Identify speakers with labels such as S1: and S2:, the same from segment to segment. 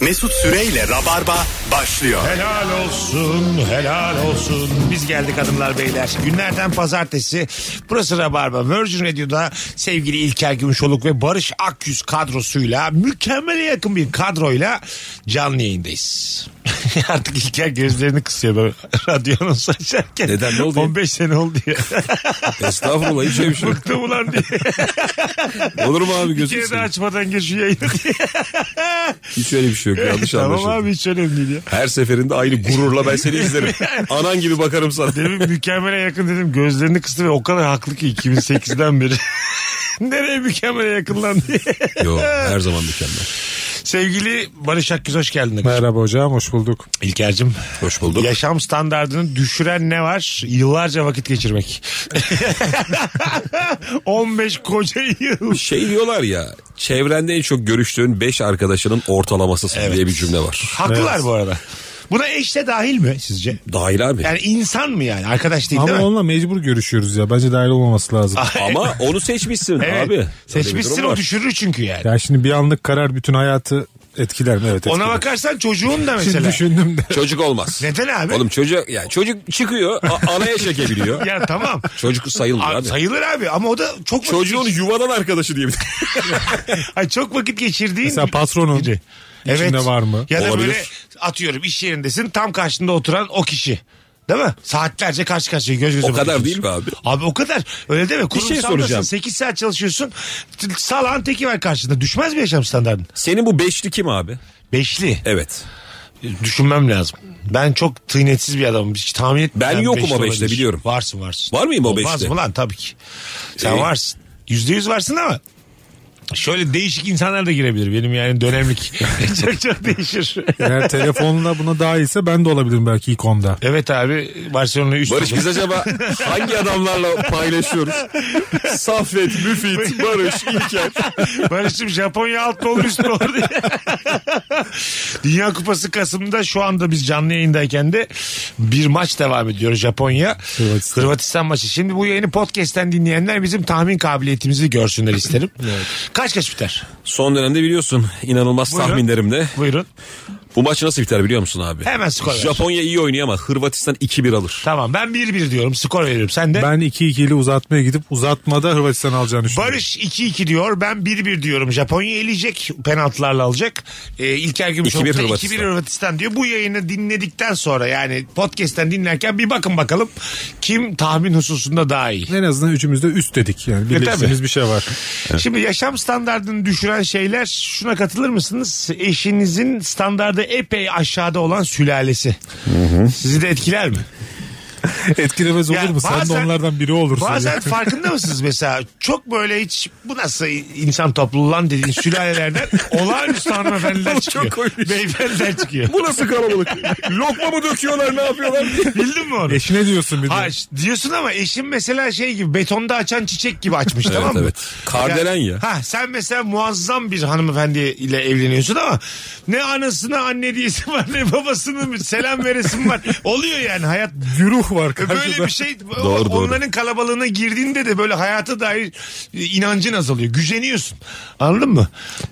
S1: Mesut Süreyle Rabarba başlıyor.
S2: Helal olsun, helal olsun. Biz geldik hanımlar beyler. Günlerden pazartesi. Burası Rabarba. Virgin Radio'da sevgili İlker Gümüşoluk ve Barış Akyüz kadrosuyla mükemmele yakın bir kadroyla canlı yayındayız. Artık İlker gözlerini kısıyor böyle radyonun saçarken.
S3: Neden, ne oldu ya?
S2: 15 sene oldu ya.
S3: Estağfurullah hiç öyle bir şey yok.
S2: Bıktım ulan diye.
S3: Olur mu abi
S2: Bir
S3: gözünü
S2: kere de
S3: seveyim.
S2: açmadan gir şu yayını diye.
S3: Hiç öyle bir şey yok yanlış
S2: tamam
S3: anlaşıldı.
S2: abi hiç önemli değil ya.
S3: Her seferinde aynı gururla ben seni izlerim. Anan gibi bakarım sana.
S2: Demin mükemmele yakın dedim gözlerini kıstı ve o kadar haklı ki 2008'den beri. Nereye mükemmele yakınlan diye.
S3: Yo her zaman mükemmel.
S2: Sevgili Barış Akgüz hoş geldin.
S4: Merhaba hocam hoş bulduk.
S2: İlker'cim.
S3: Hoş bulduk.
S2: Yaşam standartını düşüren ne var? Yıllarca vakit geçirmek. 15 koca yıl.
S3: Şey diyorlar ya çevrende en çok görüştüğün 5 arkadaşının ortalamasısın diye bir cümle var.
S2: Haklılar bu arada. Buna eş de dahil mi sizce?
S3: Dahil abi.
S2: Yani insan mı yani? Arkadaş değil
S4: Ama
S2: değil mi? Ah.
S4: onunla mecbur görüşüyoruz ya. Bence dahil olmaması lazım.
S3: Ama onu seçmişsin
S2: Evet.
S3: abi. Öyle bir
S2: Seçmişsin
S3: durum
S2: o
S3: var.
S2: düşürür çünkü yani.
S4: Ya şimdi bir anlık karar bütün hayatı etkiler mi? Evet etkiler.
S2: Ona bakarsan çocuğun da
S4: Şimdi
S2: mesela.
S4: düşündüm de.
S3: Çocuk olmaz.
S2: Neden abi?
S3: Oğlum çocuk yani çocuk çıkıyor a- anaya çekebiliyor.
S2: Ya tamam.
S3: Çocuk sayılmıyor
S2: Abi
S3: abi.
S2: Sayılır abi ama o da çok vakit
S3: Çocuğun
S2: geç-
S3: yuvadan arkadaşı diye bir
S2: Ay çok vakit geçirdiğin
S4: Mesela patronun
S2: biri.
S4: içinde var mı?
S2: Ya da
S3: Olabilir.
S2: böyle atıyorum iş yerindesin tam karşında oturan o kişi. Değil mi? Saatlerce karşı karşıya göz göze
S3: O kadar
S2: bakıyorsun.
S3: değil mi abi?
S2: Abi o kadar. Öyle deme.
S3: şey
S2: Kurumsaldasın.
S3: soracağım.
S2: 8 saat çalışıyorsun. Salağın teki var karşında. Düşmez mi yaşam standartın?
S3: Senin bu beşli kim abi?
S2: Beşli.
S3: Evet.
S2: Düşünmem lazım. Ben çok tıynetsiz bir adamım. Hiç tahmin etmem.
S3: Ben yokum o beşte,
S2: olabilir.
S3: biliyorum.
S2: Varsın varsın.
S3: Var mıyım o
S2: Olmaz
S3: beşte?
S2: mı lan tabii ki. Sen
S3: Ee?
S2: varsın. Yüzde yüz varsın ama şöyle değişik insanlar da girebilir. Benim yani dönemlik çok çok değişir.
S4: Eğer telefonla buna dahilse ben de olabilirim belki ikonda.
S2: evet abi Barcelona 3
S3: Barış biz acaba hangi adamlarla paylaşıyoruz? Safet, Müfit, Barış, İlker.
S2: Barış'ım Japonya alt olur üst mü olur diye. Dünya Kupası Kasım'da şu anda biz canlı yayındayken de bir maç devam ediyor Japonya. Hırvatistan,
S4: Hırvatistan.
S2: maçı. Şimdi bu yayını podcast'ten dinleyenler bizim tahmin kabiliyetimizi görsünler isterim. Kaç kaç biter?
S3: Son dönemde biliyorsun inanılmaz
S2: Buyurun.
S3: tahminlerimde.
S2: Buyurun.
S3: Bu maç nasıl biter biliyor musun abi?
S2: Hemen skor ver.
S3: Japonya iyi oynuyor ama Hırvatistan 2-1 alır.
S2: Tamam ben 1-1 diyorum skor veriyorum. Sen de?
S4: Ben 2-2 ile uzatmaya gidip uzatmada Hırvatistan alacağını düşünüyorum.
S2: Barış 2-2 diyor. Ben 1-1 diyorum. Japonya eleyecek. Penaltılarla alacak. Ee, İlker Gümüşoluk
S3: 2-1
S2: da
S3: Hırvatistan.
S2: 2-1 Hırvatistan diyor. Bu yayını dinledikten sonra yani podcast'ten dinlerken bir bakın bakalım kim tahmin hususunda daha iyi.
S4: En azından üçümüz de üst dedik.
S2: E,
S4: Yani birleştiğimiz bir şey var.
S2: Şimdi yaşam standartını düşüren şeyler şuna katılır mısınız? Eşinizin standardı epey aşağıda olan sülalesi. Sizi de etkiler mi?
S4: Etkilemez olur
S2: Ya
S4: mu? Sen
S2: bazen-
S4: de onlardan biri olursun.
S2: Bazen
S4: Yani.
S2: farkında mısınız mesela? Çok böyle hiç bu nasıl insan topluluğu lan dediğin sülalelerden olağanüstü hanımefendiler çıkıyor.
S3: şey.
S2: Beyefendiler çıkıyor.
S3: Bu nasıl kalabalık? Lokma mı döküyorlar ne yapıyorlar?
S2: Bildin mi onu?
S4: Eşine diyorsun bir de.
S2: Ha, diyorsun ama eşim mesela şey gibi betonda açan çiçek gibi açmış tamam mı?
S3: evet. Kardelen
S2: Yani-
S3: ya.
S2: Ha, sen mesela muazzam bir hanımefendiyle evleniyorsun ama ne anasına anne diyesi var ne babasının selam veresin var. Oluyor yani hayat
S4: Güruh var karşıda.
S2: Böyle bir şey o-
S3: Doğru, doğru.
S2: onların kalabalığına girdiğinde de böyle hayata dair e, inancın azalıyor. Güceniyorsun. Anladın mı?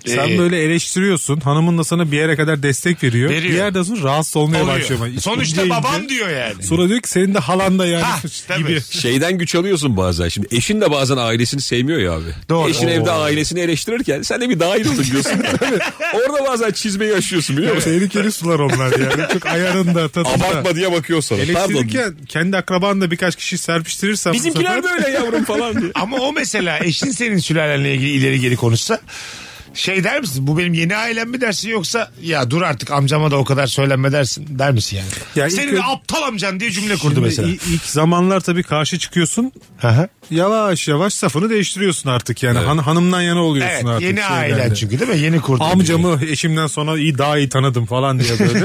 S4: Sen
S2: Ee,
S4: böyle eleştiriyorsun. Hanımın da sana bir yere kadar destek veriyor.
S2: Veriyor.
S4: Bir yerden sonra rahatsız olmaya
S2: oluyor.
S4: başlıyor. Yani
S2: Sonuçta
S4: ince
S2: babam
S4: ince.
S2: diyor yani.
S4: Sonra diyor ki senin de halan da yani.
S2: Ha, tabii.
S4: gibi.
S3: Şeyden güç alıyorsun bazen. Şimdi eşin de bazen ailesini sevmiyor ya abi.
S2: Doğru.
S3: Eşin
S2: Oo.
S3: evde ailesini eleştirirken sen de bir dahil oldun diyorsun. Orada bazen çizmeyi aşıyorsun biliyor musun?
S4: Tehlikeli sular onlar yani. Çok ayarında tadında.
S3: Abartma diye bakıyor sana. Pardon.
S4: Eleştirirken kendi akraban da birkaç kişi serpiştirirsen. bu
S3: Bizimkiler
S4: sefer-
S3: böyle yavrum falan diye.
S2: Ama o mesela eşin senin sülalenle ilgili ileri geri konuşsa şey der misin bu benim yeni ailem mi dersin yoksa ya dur artık amcama da o kadar söylenme dersin der misin yani?
S4: Ya
S2: Senin
S4: ilk
S2: de
S4: ön-
S2: aptal amcan diye cümle kurdu
S4: Şimdi
S2: mesela.
S4: i- ilk zamanlar tabii karşı çıkıyorsun.
S2: Hı hı.
S4: Yavaş yavaş safını değiştiriyorsun artık yani. Han- hanımdan yana oluyorsun
S2: evet
S4: artık. şey
S2: yeni
S4: şeylerde.
S2: ailen çünkü değil mi? Yeni kurdu.
S4: Amcamı eşimden sonra iyi daha iyi tanıdım falan diye böyle.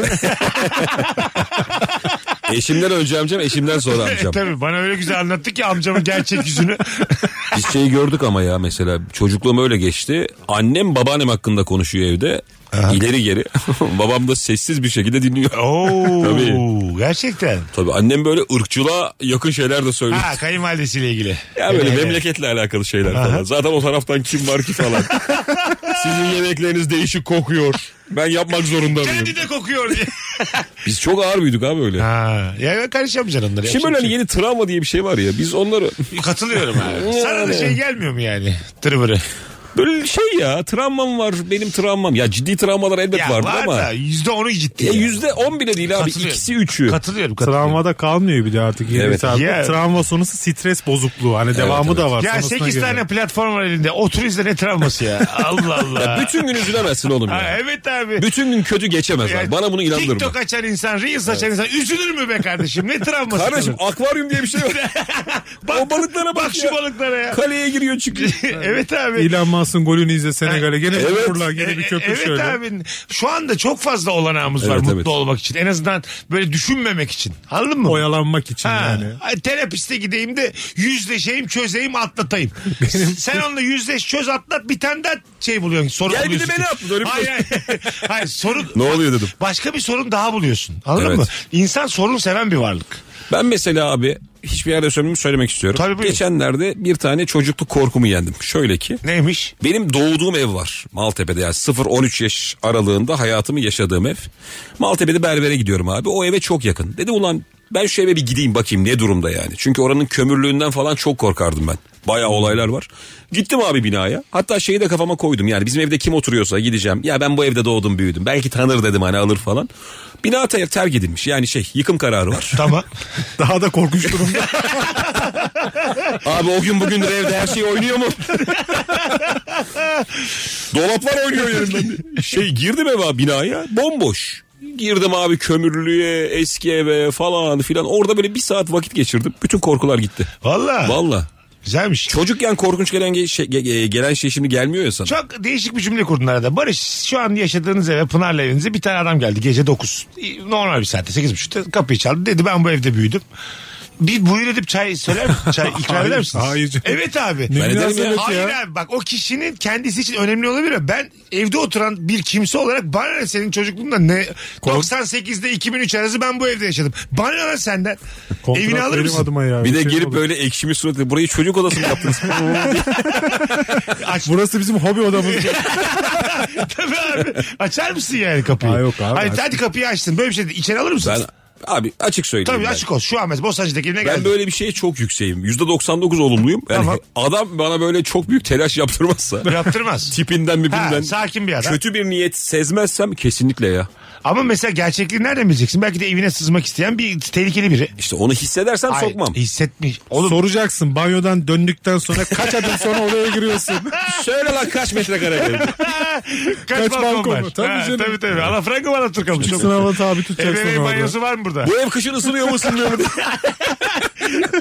S3: Eşimden önce amcam, eşimden sonra
S2: E,
S3: amcam.
S2: tabii bana öyle güzel anlattı ki amcamın gerçek yüzünü.
S3: Biz şeyi gördük ama ya mesela çocukluğum öyle geçti. Annem babaannem hakkında konuşuyor evde. İleri geri. Babam da sessiz bir şekilde dinliyor.
S2: Oo,
S3: Tabii.
S2: gerçekten.
S3: Tabii annem böyle ırkçılığa yakın şeyler de söylüyor.
S2: Ha kayınvalidesiyle ilgili.
S3: Ya böyle
S2: Evet, evet.
S3: memleketle alakalı şeyler falan. Zaten o taraftan kim var ki falan. Sizin yemekleriniz değişik kokuyor. Ben yapmak zorunda mıyım?
S2: Kendi de kokuyor diye.
S3: Biz çok ağır büyüdük abi öyle.
S2: ha, ya ben karışamayacaksın onlara.
S3: Şimdi
S2: yapacak
S3: böyle
S2: bir
S3: hani yeni travma diye bir şey var ya. Biz onları
S2: şey yok. Katılıyorum abi. Sana da şey gelmiyor mu yani? Tırvırı.
S3: böyle şey ya travmam var benim travmam. Ya ciddi travmalar elbet
S2: Ya
S3: vardır
S2: var
S3: ama.
S2: da yüzde onu ciddi.
S3: Ya
S2: yani.
S3: E, yüzde on bile değil abi.
S2: Katılıyorum.
S3: ikisi üçü.
S2: Katılıyorum katılıyorum.
S4: Travmada kalmıyor bir de artık. Yeni
S3: Evet.
S4: saat-
S2: Ya-
S4: Travma sonrası stres bozukluğu. Hani devamı
S3: evet.
S4: da var.
S2: Ya
S4: sonrasına
S2: 8
S4: göre.
S2: tane platform var elinde. Otur izle ne travması ya. Allah Allah.
S3: Bütün gün üzülemezsin oğlum
S2: Ha,
S3: ya.
S2: evet abi.
S3: Bütün gün kötü geçemez
S2: Ya,
S3: abi. Bana bunu inandırma.
S2: TikTok açan insan, Reels açan insan üzülür mü be kardeşim? Ne travması?
S3: Kardeşim
S2: kalır?
S3: akvaryum diye bir şey var. o balıklara bak,
S2: bak şu
S3: ya.
S2: balıklara ya.
S3: Kaleye giriyor çıkıyor.
S2: evet abi.
S4: Elon Musk'ın golünü izle Senegal'e. Gene bir
S3: Evet.
S4: fırla, gene bir
S2: E-
S4: köpük
S2: evet
S4: şöyle.
S2: abi. Şu anda çok fazla olanağımız var
S3: Evet,
S2: mutlu
S3: evet.
S2: olmak için. En azından böyle düşünmemek için. Anladın mı?
S4: Oyalanmak için
S2: Ha,
S4: yani.
S2: ay, terapiste gideyim de yüzleşeyim, çözeyim, atlatayım. Sen onunla yüzleş, çöz, atlat bir tane daha şey buluyorsun. Sorun
S3: Gel bir de
S2: buluyorsun.
S3: beni atlat, öyle bir
S2: hayır,
S3: şey.
S2: hayır, hayır, sorun.
S3: Ne oluyor dedim.
S2: Başka bir sorun daha buluyorsun. Anladın
S3: Evet.
S2: mı? İnsan sorun seven bir varlık.
S3: Ben mesela abi hiçbir yerde söylemek söylemek istiyorum.
S2: Tabii, buyurun.
S3: Geçenlerde bir tane çocukluk korkumu yendim. Şöyle ki
S2: Neymiş?
S3: benim doğduğum ev var Maltepe'de yani 0-13 yaş aralığında hayatımı yaşadığım ev. Maltepe'de berbere gidiyorum abi o eve çok yakın. Dedim ulan ben şu eve bir gideyim bakayım ne durumda yani. Çünkü oranın kömürlüğünden falan çok korkardım ben. Bayağı olaylar var. Gittim abi binaya. Hatta şeyi de kafama koydum yani bizim evde kim oturuyorsa gideceğim. Ya ben bu evde doğdum büyüdüm. Belki tanır dedim hani alır falan. Bina ter- terk edilmiş yani şey yıkım kararı var.
S2: Tamam.
S4: Daha da korkunç durumda.
S3: Abi o gün bugündür evde her şey oynuyor mu? Dolaplar oynuyor yerimden. Şey girdim eve abi binaya bomboş. Girdim abi kömürlüğe, eski eve falan filan. Orada böyle bir saat vakit geçirdim. Bütün korkular gitti.
S2: Valla.
S3: Valla.
S2: Güzelmiş. Çok,
S3: Çocukken korkunç gelen ge- şey, ge- ge- gelen şey şimdi gelmiyor ya sana.
S2: değişik bir cümle kurdun arada. Barış şu an yaşadığınız eve Pınar'la evinize bir tane adam geldi gece 9. Normal bir saatte 8.30'da kapıyı çaldı. Dedi ben bu evde büyüdüm. Bir buyur edip çay söyler misin? Çay ikram eder
S4: Hayır,
S2: misiniz?
S4: hayır canım.
S2: Evet abi.
S4: Ne
S3: Ben ederim
S4: münasebet
S3: ya.
S2: Hayır
S4: ya.
S2: abi bak o kişinin kendisi için önemli olabilir. ama Ben evde oturan bir kimse olarak bana ne senin çocukluğunda ne 98'de 2003 arası ben bu evde yaşadım. Bana ne senden?
S4: Kontrat
S2: Evini alır
S4: benim
S2: mısın?
S4: adıma ya.
S3: Bir de
S4: şey
S3: girip
S4: olur.
S3: böyle ekşimi suratla burayı çocuk odası mı yaptınız?
S2: Aç,
S4: Burası bizim hobi odamız.
S2: tabii abi. Açar mısın yani kapıyı?
S4: Aa, yok abi,
S2: Hayır,
S4: aç-
S2: hadi kapıyı açtın. Böyle bir şey değil. İçeri alır mısın?
S3: ben abi açık söyleyeyim.
S2: Tabii
S3: ben.
S2: açık ol. Şu an mesela Bostancı'dakine
S3: Ben
S2: geldim.
S3: böyle bir şeye çok yükseğim. %99 olumluyum. Yani
S2: Tamam.
S3: adam bana böyle çok büyük telaş yaptırmazsa.
S2: Yaptırmaz.
S3: tipinden mi
S2: Ha,
S3: bilmem.
S2: sakin bir adam.
S3: Kötü bir niyet sezmezsem kesinlikle ya.
S2: Ama mesela gerçekliği nereden bileceksin? Belki de evine sızmak isteyen bir tehlikeli biri.
S3: İşte onu hissedersem
S2: Ay,
S3: sokmam.
S2: Hissetmiş. Oğlum
S4: Soracaksın banyodan döndükten sonra kaç adım sonra odaya giriyorsun.
S3: Söyle lan kaç metrekare geldi.
S2: kaç,
S4: kaç
S2: balkon,
S4: balkon
S2: var?
S4: mu? Tabii
S2: Ha,
S4: canım.
S2: Tabii tabii. Ala Franco var Türkan. Çok-
S4: Sınava tabi tutacaksın
S2: Ebeveyn
S4: orada.
S2: banyosu var mı burada?
S3: Bu ev kışın ısınıyor mu ısınmıyor mu? diye.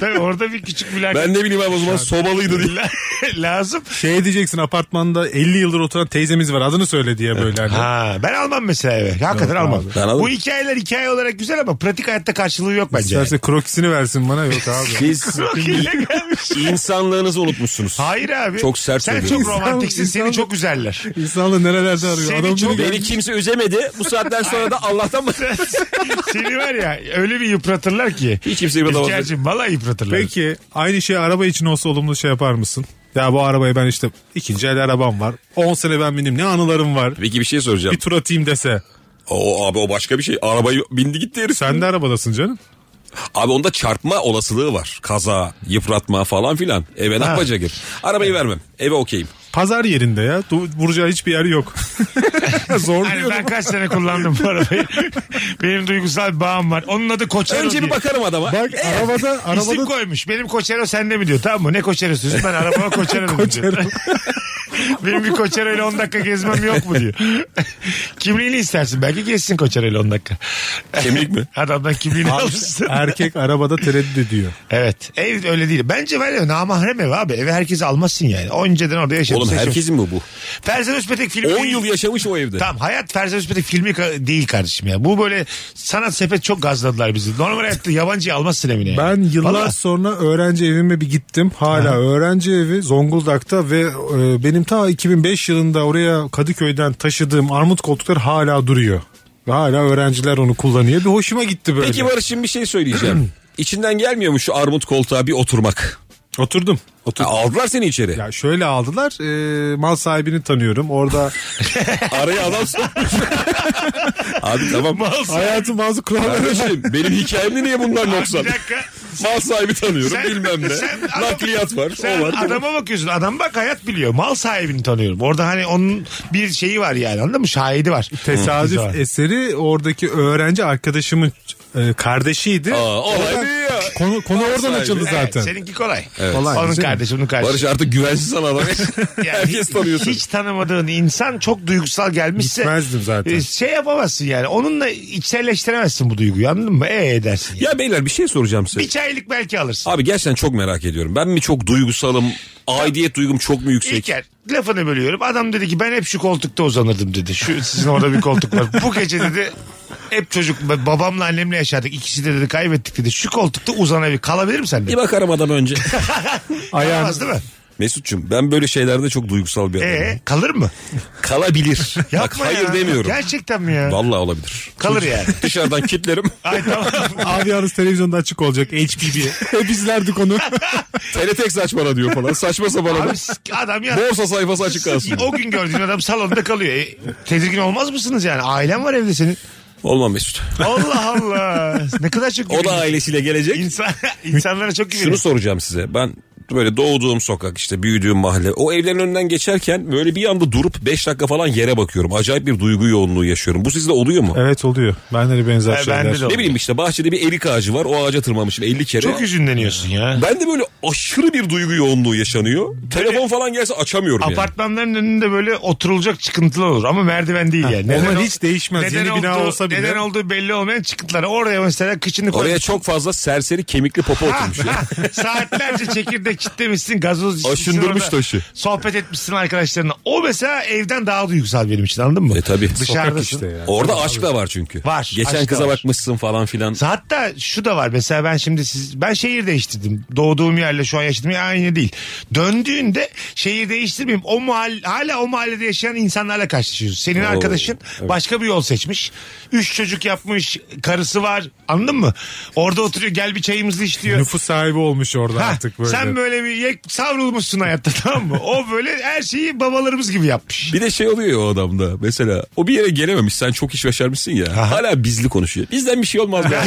S2: Tabii orada bir küçük mülakat
S3: ben ne bileyim abi o zaman sobalıydı diye.
S2: lazım.
S4: Şey diyeceksin apartmanda 50 yıldır oturan teyzemiz var adını söyle diye böyle. hani.
S2: Ha, ben almam mesela eve. Hakikaten almam.
S3: Ben alırım.
S2: Bu hikayeler hikaye olarak güzel ama pratik hayatta karşılığı yok bence.
S4: İsterse krokisini versin bana yok abi.
S3: Siz
S2: Krokiyle gelmiş.
S3: insanlığınızı unutmuşsunuz.
S2: Hayır abi.
S3: Çok sert
S2: Sen çok
S3: söylüyorsun.
S2: romantiksin.
S4: İnsan-
S2: seni
S4: insan-
S2: çok güzeller.
S4: İnsanla nerelerde arıyor.
S2: Seni
S4: Adam
S2: çok-
S4: çok...
S3: Beni kimse üzemedi. Bu saatten sonra da Allah'tan mı?
S2: seni var ya öyle bir yıpratırlar ki.
S3: Hiç kimse yıpratamaz.
S2: İlker'cim valla yıpratırlar.
S4: Peki aynı şey araba için olsa olumlu şey yapar mısın? Ya bu arabayı ben işte ikinci el arabam var. 10 sene ben bindim ne anılarım var.
S3: Peki bir şey soracağım.
S4: Bir tur atayım dese.
S3: O abi o başka bir şey. Arabayı bindi gitti herif.
S4: Sen de arabadasın canım.
S3: Abi onda çarpma olasılığı var. Kaza, yıpratma falan filan. Eve ne yapacak herif? Arabayı vermem. Eve okeyim.
S4: Pazar yerinde ya. Du- Vuracağı hiçbir yer yok. Zor
S2: Hani ben
S4: diyorum.
S2: kaç sene kullandım bu arabayı. Benim duygusal bağım var. Onun adı Koçero
S3: Önce bir
S2: diye.
S3: bakarım adama.
S4: Bak arabada
S2: İsim
S4: arabada
S2: koymuş. Benim Koçero sende mi diyor tamam mı? Ne Koçero'su? Ben arabama Koçero dedim diyor. Benim bir koçarayla 10 dakika gezmem yok mu diyor. Kimliğini istersin belki gezsin koçarayla 10 dakika.
S3: Kemik mi?
S2: Adamdan kimliğini alırsın.
S4: Erkek arabada tereddüt ediyor.
S2: Evet. Ev öyle değil. Bence var ya namahrem ev abi. Eve herkes almazsın yani. Önceden orada yaşamış.
S3: Oğlum herkesin mi bu?
S2: Ferzen Özpetek filmi.
S3: 10 yıl yaşamış o evde.
S2: Tamam hayat Ferzen Özpetek filmi ka- değil kardeşim ya. Bu böyle sanat sepet çok gazladılar bizi. Normal hayatta yabancıyı almazsın evine. yani.
S4: Ben yıllar
S2: Vallahi.
S4: sonra öğrenci evime bir gittim. Hala öğrenci evi Zonguldak'ta ve e, benim ta 2005 yılında oraya Kadıköy'den taşıdığım armut koltuklar hala duruyor. Ve hala öğrenciler onu kullanıyor. Bir hoşuma gitti böyle.
S3: Peki Barış'ım bir şey söyleyeceğim. İçinden gelmiyor mu şu armut koltuğa bir oturmak?
S4: Oturdum.
S3: Ha, aldılar seni içeri.
S4: Ya şöyle aldılar. e, mal sahibini tanıyorum. Orada
S3: Araya adam sokmuş. Abi tamam.
S4: hayatın bazı kuralları
S3: Kardeşim benim hikayemde niye bunlar noksan?
S2: Bir dakika.
S3: Mal sahibi tanıyorum
S2: Sen-
S3: bilmem ne.
S2: sen-
S3: Nakliyat var.
S2: Sen
S3: o var. bu var.
S2: adama bakıyorsun. Adam bak hayat biliyor. Mal sahibini tanıyorum. Orada hani onun bir şeyi var yani anladın mı? Şahidi var.
S4: Tesadüf
S2: Güzel.
S4: eseri oradaki öğrenci arkadaşımın e, kardeşiydi.
S3: Aa, olay
S4: Oradan-
S3: bu ya.
S4: Konu, konu oradan
S3: sahibi.
S4: açıldı
S3: Evet,
S4: zaten.
S2: Evet, seninki kolay.
S4: Kolay,
S2: Onun
S4: değil mi?
S2: kardeşi, onun kardeşi.
S3: Barış artık güvensiz sana adam.
S2: Yani
S3: Herkes
S2: hiç-
S3: tanıyorsun.
S2: Hiç tanımadığın insan çok duygusal gelmişse.
S4: Gitmezdim zaten.
S2: e, Şey yapamazsın yani. Onunla içselleştiremezsin bu duyguyu anladın mı? E edersin. yani.
S3: Ya beyler bir şey soracağım size.
S2: Bir çaylık belki alırsın.
S3: Abi gerçekten çok merak ediyorum. Ben mi çok duygusalım? Aidiyet duygum çok mu yüksek?
S2: İlker lafını bölüyorum. Adam dedi ki ben hep şu koltukta uzanırdım dedi. Şu sizin orada bir koltuk var. Bu gece dedi hep çocuk babamla annemle yaşadık. İkisi de dedi kaybettik dedi. Şu koltukta uzanabilir. Kalabilir mi sen
S3: Bir
S2: dedi.
S3: bakarım adam önce.
S2: Kalamaz değil mi?
S3: Mesut'cum ben böyle şeylerde çok duygusal bir adamım.
S2: Ee, kalır mı?
S3: Kalabilir. Bak
S2: Yapma
S3: hayır
S2: ya.
S3: demiyorum.
S2: Gerçekten mi ya?
S3: Vallahi olabilir.
S2: Kalır yani.
S3: Dışarıdan kitlerim.
S2: Ay tamam.
S4: Abi yalnız televizyonda açık olacak HPB. Hep izlerdik onu.
S3: Teletext aç bana diyor falan. Saçma sapan adam.
S2: Abi s- adam ya.
S3: Borsa sayfası açık kalsın.
S2: o gün gördüğün adam salonda kalıyor. E, tedirgin olmaz mısınız yani? Ailen var evde senin.
S3: Olmam Mesut.
S2: Allah Allah. Ne kadar çok
S3: O da
S2: güveniyorsun.
S3: ailesiyle gelecek.
S2: İnsan, insanlara çok
S3: Şunu
S2: güveniyor.
S3: soracağım size. Ben böyle doğduğum sokak işte büyüdüğüm mahalle. O evlerin önünden geçerken böyle bir anda durup 5 dakika falan yere bakıyorum. Acayip bir duygu yoğunluğu yaşıyorum. Bu sizde oluyor mu?
S4: evet oluyor. Bende de benzer
S2: Ha,
S4: şeyler.
S2: bende E, de
S3: Ne bileyim işte bahçede bir erik ağacı var. O ağaca tırmanmışım 50 kere.
S2: Çok hüzünleniyorsun ya.
S3: ben de böyle aşırı bir duygu yoğunluğu yaşanıyor. Telefon falan gelse açamıyorum yani.
S2: Apartmanların önünde böyle oturulacak çıkıntılar olur ama merdiven değil yani.
S4: onlar hiç değişmez. Yeni bina
S2: olduğu,
S4: olsa bile.
S2: Neden olduğu belli olmayan çıkıntılar. Oraya mesela kıçını koy.
S3: Oraya çok fazla serseri kemikli popo oturmuş. ya.
S2: Saatlerce çekirdek çitlemişsin, gazoz içmişsin
S3: Aşındırmış
S2: orada.
S3: taşı.
S2: Sohbet etmişsin arkadaşlarına. O mesela evden daha duygusal benim için anladın mı?
S3: E tabii.
S2: Dışarıdasın.
S4: Sokak işte ya.
S3: Orada aşk da var çünkü.
S2: Var, aşk
S3: Geçen
S2: da
S3: kıza
S2: var.
S3: bakmışsın falan filan.
S2: Hatta şu da var mesela ben şimdi siz ben şehir değiştirdim. Doğduğum yerle şu an yaşadığım yer aynı değil. Döndüğünde şehir değiştirmeyeyim. O mahal, hala o mahallede yaşayan insanlarla karşılaşıyorsun. Senin arkadaşın başka bir yol seçmiş. Üç çocuk yapmış. Karısı var. Anladın mı? Orada oturuyor gel bir çayımızı iç diyor.
S4: Nüfus sahibi olmuş orada
S2: Ha,
S4: artık böyle.
S2: Sen böyle bir yek, savrulmuşsun hayatta tamam mı? O böyle her şeyi babalarımız gibi yapmış.
S3: Bir de şey oluyor ya o adamda mesela o bir yere gelememiş sen çok iş başarmışsın ya hala bizli konuşuyor. Bizden bir şey olmaz be.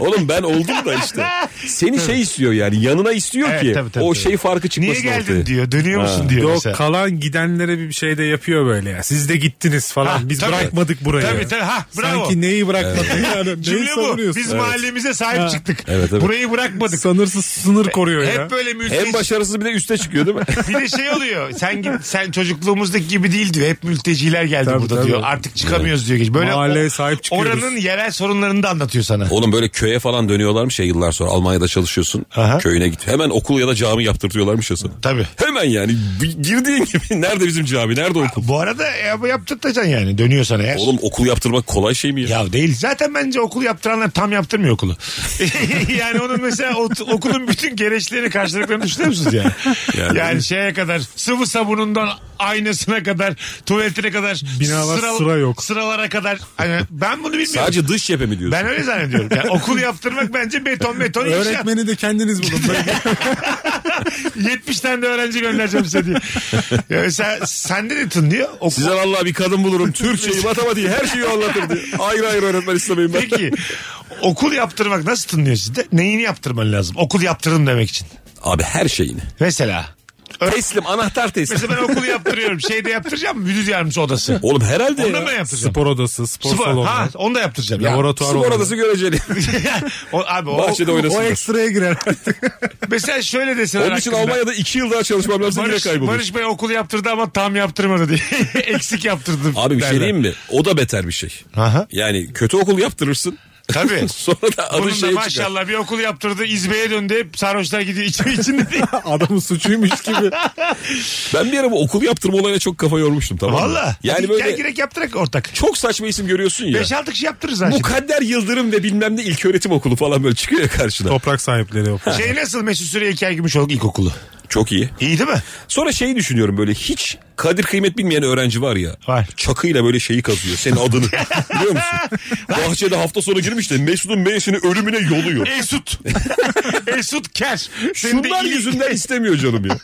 S3: Oğlum ben oldum da işte. Seni şey istiyor yani yanına istiyor
S2: Evet,
S3: ki
S2: tabii, tabii,
S3: o
S2: tabii.
S3: şey farkı
S2: Niye
S3: çıkmasın
S2: geldin
S3: ortaya.
S2: diyor. Dönüyor musun diyor
S4: Yok
S2: mesela.
S4: kalan gidenlere bir şey de yapıyor böyle ya. Siz de gittiniz falan.
S2: Ha,
S4: Biz
S2: tabii.
S4: bırakmadık burayı.
S2: Tabii, tabii. Ha, bravo.
S4: Sanki neyi bırakmadık yani. Neyi
S2: Cümle bu.
S4: savunuyorsun?
S2: Biz
S4: Evet.
S2: mahallemize sahip
S4: Ha.
S2: çıktık.
S3: Evet, evet.
S2: Burayı bırakmadık. E,
S4: Sanırsız sınır koruyor ya.
S2: Hep böyle mülteci.
S3: En başarısız bir de üste çıkıyor değil mi?
S2: Bir de şey oluyor. Sen git- sen çocukluğumuzdaki gibi değil diyor. Hep mülteciler geldi
S4: Tabii,
S2: burada
S4: tabii.
S2: diyor. Artık çıkamıyoruz diyor. Böyle
S4: Mahalleye sahip çıkıyoruz.
S2: Oranın yerel sorunlarını da anlatıyor sana.
S3: Oğlum böyle köye falan dönüyorlarmış ya yıllar sonra Almanya'da çalışıyorsun
S2: Aha.
S3: köyüne git. Hemen okul ya da cami yaptırtıyorlarmış ya sana.
S2: Tabii.
S3: Hemen yani Bir girdiğin gibi nerede bizim cami nerede okul?
S2: Bu arada e, bu yaptırtacaksın yani. Dönüyor sana eğer.
S3: Oğlum okul yaptırmak kolay şey mi ya?
S2: Ya değil. Zaten bence okul yaptıranlar tam yaptırmıyor okulu. yani onun mesela ot- okulun bütün gereçlerini karşılıklarını düşünüyor musunuz yani?
S3: Yani-
S2: Yani, şeye kadar sıvı sabunundan aynasına kadar tuvaletine kadar
S4: Binalar sıra yok.
S2: Sıralara kadar. Hani ben bunu bilmiyorum.
S3: Sadece dış cephe mi diyorsun?
S2: Ben öyle zannediyorum. Yani okul yaptırmak bence beton beton inşaat.
S4: Öğretmeni de kendiniz bulun. Böyle
S2: 70 tane de öğrenci göndereceğim size diye. Ya mesela sende de tınlıyor. Okul...
S3: Size vallahi bir kadın bulurum. Türkçeyi, matematiği her şeyi anlatır diye. Ayrı ayrı öğretmen istemeyin ben.
S2: Peki okul yaptırmak nasıl tınlıyor sizde? Neyini yaptırman lazım? Okul yaptırın demek için.
S3: Abi her şeyini.
S2: Mesela
S3: Teslim anahtar teslim.
S2: Mesela ben okulu yaptırıyorum. Şeyde yaptıracağım mı? Müdür yardımcısı odası.
S3: Oğlum herhalde
S2: Onu da
S3: ya.
S2: mı yaptıracağım?
S4: Spor odası, spor,
S2: Spor-
S4: salonu.
S2: Ha, onu da yaptıracağım.
S4: Ya,
S2: Ya.
S4: Laboratuvar
S3: Spor
S4: odası.
S3: odası göreceli.
S2: o, abi o,
S3: Bahçede oynasın.
S4: O ekstraya girer.
S2: mesela şöyle deseler
S3: Onun için
S2: hakkında.
S3: Almanya'da 2 yıl daha çalışmam lazım yine
S2: Barış,
S3: kaybolur.
S2: Barış Bey okulu yaptırdı ama tam yaptırmadı diye. Eksik yaptırdı.
S3: Abi bir şey
S2: derler.
S3: diyeyim mi? O da beter bir şey.
S2: Aha.
S3: Yani kötü okul yaptırırsın.
S2: Tabii.
S3: Sonra da adı
S2: Bunun da
S3: şeye çıkar.
S2: maşallah bir okul yaptırdı. İzbe'ye döndü. Hep sarhoşlar gidiyor. İçim, içinde değil.
S4: Adamın suçuymuş gibi.
S3: Ben bir ara bu okul yaptırma olayına çok kafa yormuştum tamam mı?
S2: Valla.
S3: Yani
S2: Hadi
S3: böyle
S2: Gel girek yaptırak ortak.
S3: çok saçma isim görüyorsun ya.
S2: 5-6 kişi yaptırırız ha şimdi.
S3: Mukadder Yıldırım ve bilmem ne ilk öğretim okulu falan böyle çıkıyor ya karşına.
S4: Toprak sahipleri yok.
S2: Şey nasıl Mesut Süre İlker Gümüşoluk ilkokulu?
S3: Çok iyi.
S2: İyi değil mi?
S3: Sonra şeyi düşünüyorum böyle hiç kadir kıymet bilmeyen öğrenci var ya.
S2: Var.
S3: Çakıyla böyle şeyi kazıyor senin adını. Biliyor musun? Bahçede hafta sonu girmiş de Mesut'un meyesini ölümüne yoluyor.
S2: Esut. Esut Ker. Senin de
S3: Şunlar
S2: ilik-
S3: yüzünden istemiyor canım ya.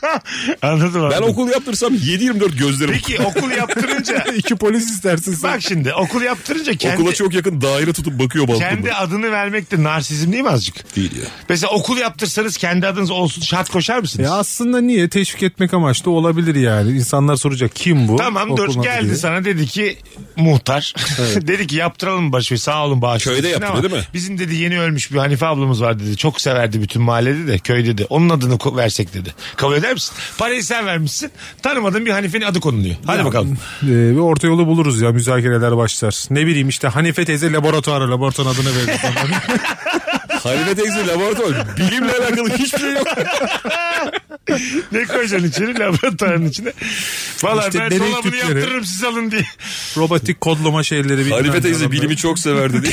S2: Anladım abi.
S3: Ben okul yaptırsam 7-24 gözlerim.
S2: Peki okul yaptırınca
S4: İki polis istersin sen.
S2: bak şimdi okul yaptırınca kendi,
S3: Okula çok yakın daire tutup bakıyor balkonda.
S2: kendi adını vermek de narsizm değil mi azıcık?
S3: Değil ya.
S2: Mesela okul yaptırsanız kendi adınız olsun şart koşar mısınız?
S4: Ya aslında niye? Teşvik etmek amaçlı olabilir yani. İnsanlar soracak kim bu?
S2: Tamam
S4: Okulun
S2: dur
S4: adı
S2: geldi
S4: diye.
S2: sana dedi ki muhtar. dedi ki yaptıralım başvuru sağ olun bağışlasın.
S3: Köyde yaptı,
S2: ama
S3: değil mi?
S2: Bizim dedi yeni ölmüş bir Hanife ablamız var dedi. Çok severdi bütün mahallede de köy dedi. Onun adını ko- versek dedi. Kabul eder misin? Parayı sen vermişsin. Tanımadığın bir Hanife'nin adı konuluyor. Hadi bakalım.
S4: Ee, bir orta yolu buluruz ya müzakereler başlar. Ne bileyim işte Hanife teyze laboratuvara laboratuvarın adını verdi. falan.
S3: Halife teyze laboratuvar. Bilimle alakalı hiçbir şey yok.
S2: Ne koyacaksın içeri laboratuvarın içine? Valla
S4: İşte
S2: ben
S4: deney
S2: dolabını
S4: tüpleri.
S2: yaptırırım siz alın diye.
S4: Robotik kodlama şeyleri. bilmem
S3: Halife
S4: ne
S3: teyze
S4: falan.
S3: bilimi çok severdi diye.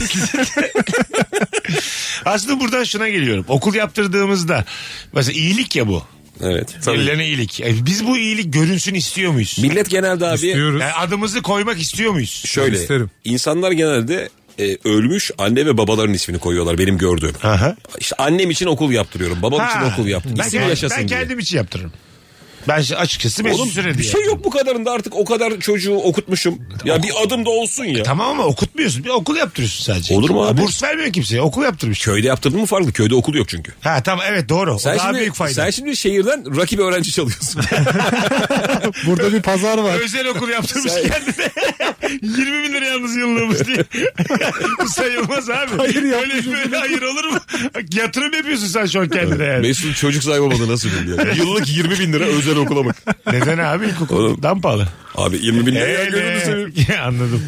S2: Aslında buradan şuna geliyorum. Okul yaptırdığımızda mesela iyilik ya bu.
S3: evet.
S2: Birilerine iyilik. E, Biz bu iyilik görünsün istiyor muyuz?
S3: Millet genelde abi
S4: İstiyoruz.
S2: Yani adımızı koymak istiyor muyuz?
S3: şöyle.
S4: Ben isterim.
S3: insanlar genelde e, ölmüş anne ve babaların ismini koyuyorlar benim gördüğüm.
S2: Aha.
S3: İşte annem için okul yaptırıyorum. Babam için okul yaptım.
S2: Ben,
S3: İsim
S2: kendim,
S3: yaşasın
S2: ben
S3: diye.
S2: kendim için yaptırırım. Ben şi- açıkçası Mesut
S3: Oğlum
S2: Süre
S3: bir
S2: diye.
S3: şey yok bu kadarında artık o kadar çocuğu okutmuşum. Ya bir adım da olsun ya.
S2: E, Tamam ama okutmuyorsun. Bir okul yaptırıyorsun sadece.
S3: Olur mu abi?
S2: Burs vermiyor kimseye. Okul yaptırmış.
S3: Köyde yaptırdın mı farklı? Köyde okul yok çünkü.
S2: Ha tamam evet doğru. o
S3: Sen
S2: daha
S3: şimdi,
S2: büyük fayda.
S3: sen şimdi şehirden rakip öğrenci çalıyorsun.
S4: Burada bir pazar var.
S2: Özel okul yaptırmış kendine. 20 bin lira yalnız yıllığımız diye. Bu sayılmaz abi.
S4: Hayır,
S2: Öyle,
S4: yapmışım.
S2: böyle hayır olur mu? Yatırım yapıyorsun sen şu an kendine yani.
S3: Mesut çocuk sahibi olmadı nasıl biliyor? Yıllık 20 bin lira özel okula bak.
S2: Neden abi
S3: Oğlum.
S2: ilkokuldan pahalı.
S3: Abi 20 bin lira ya,
S2: Ee,
S3: gözünü seveyim.
S2: ne? Anladım.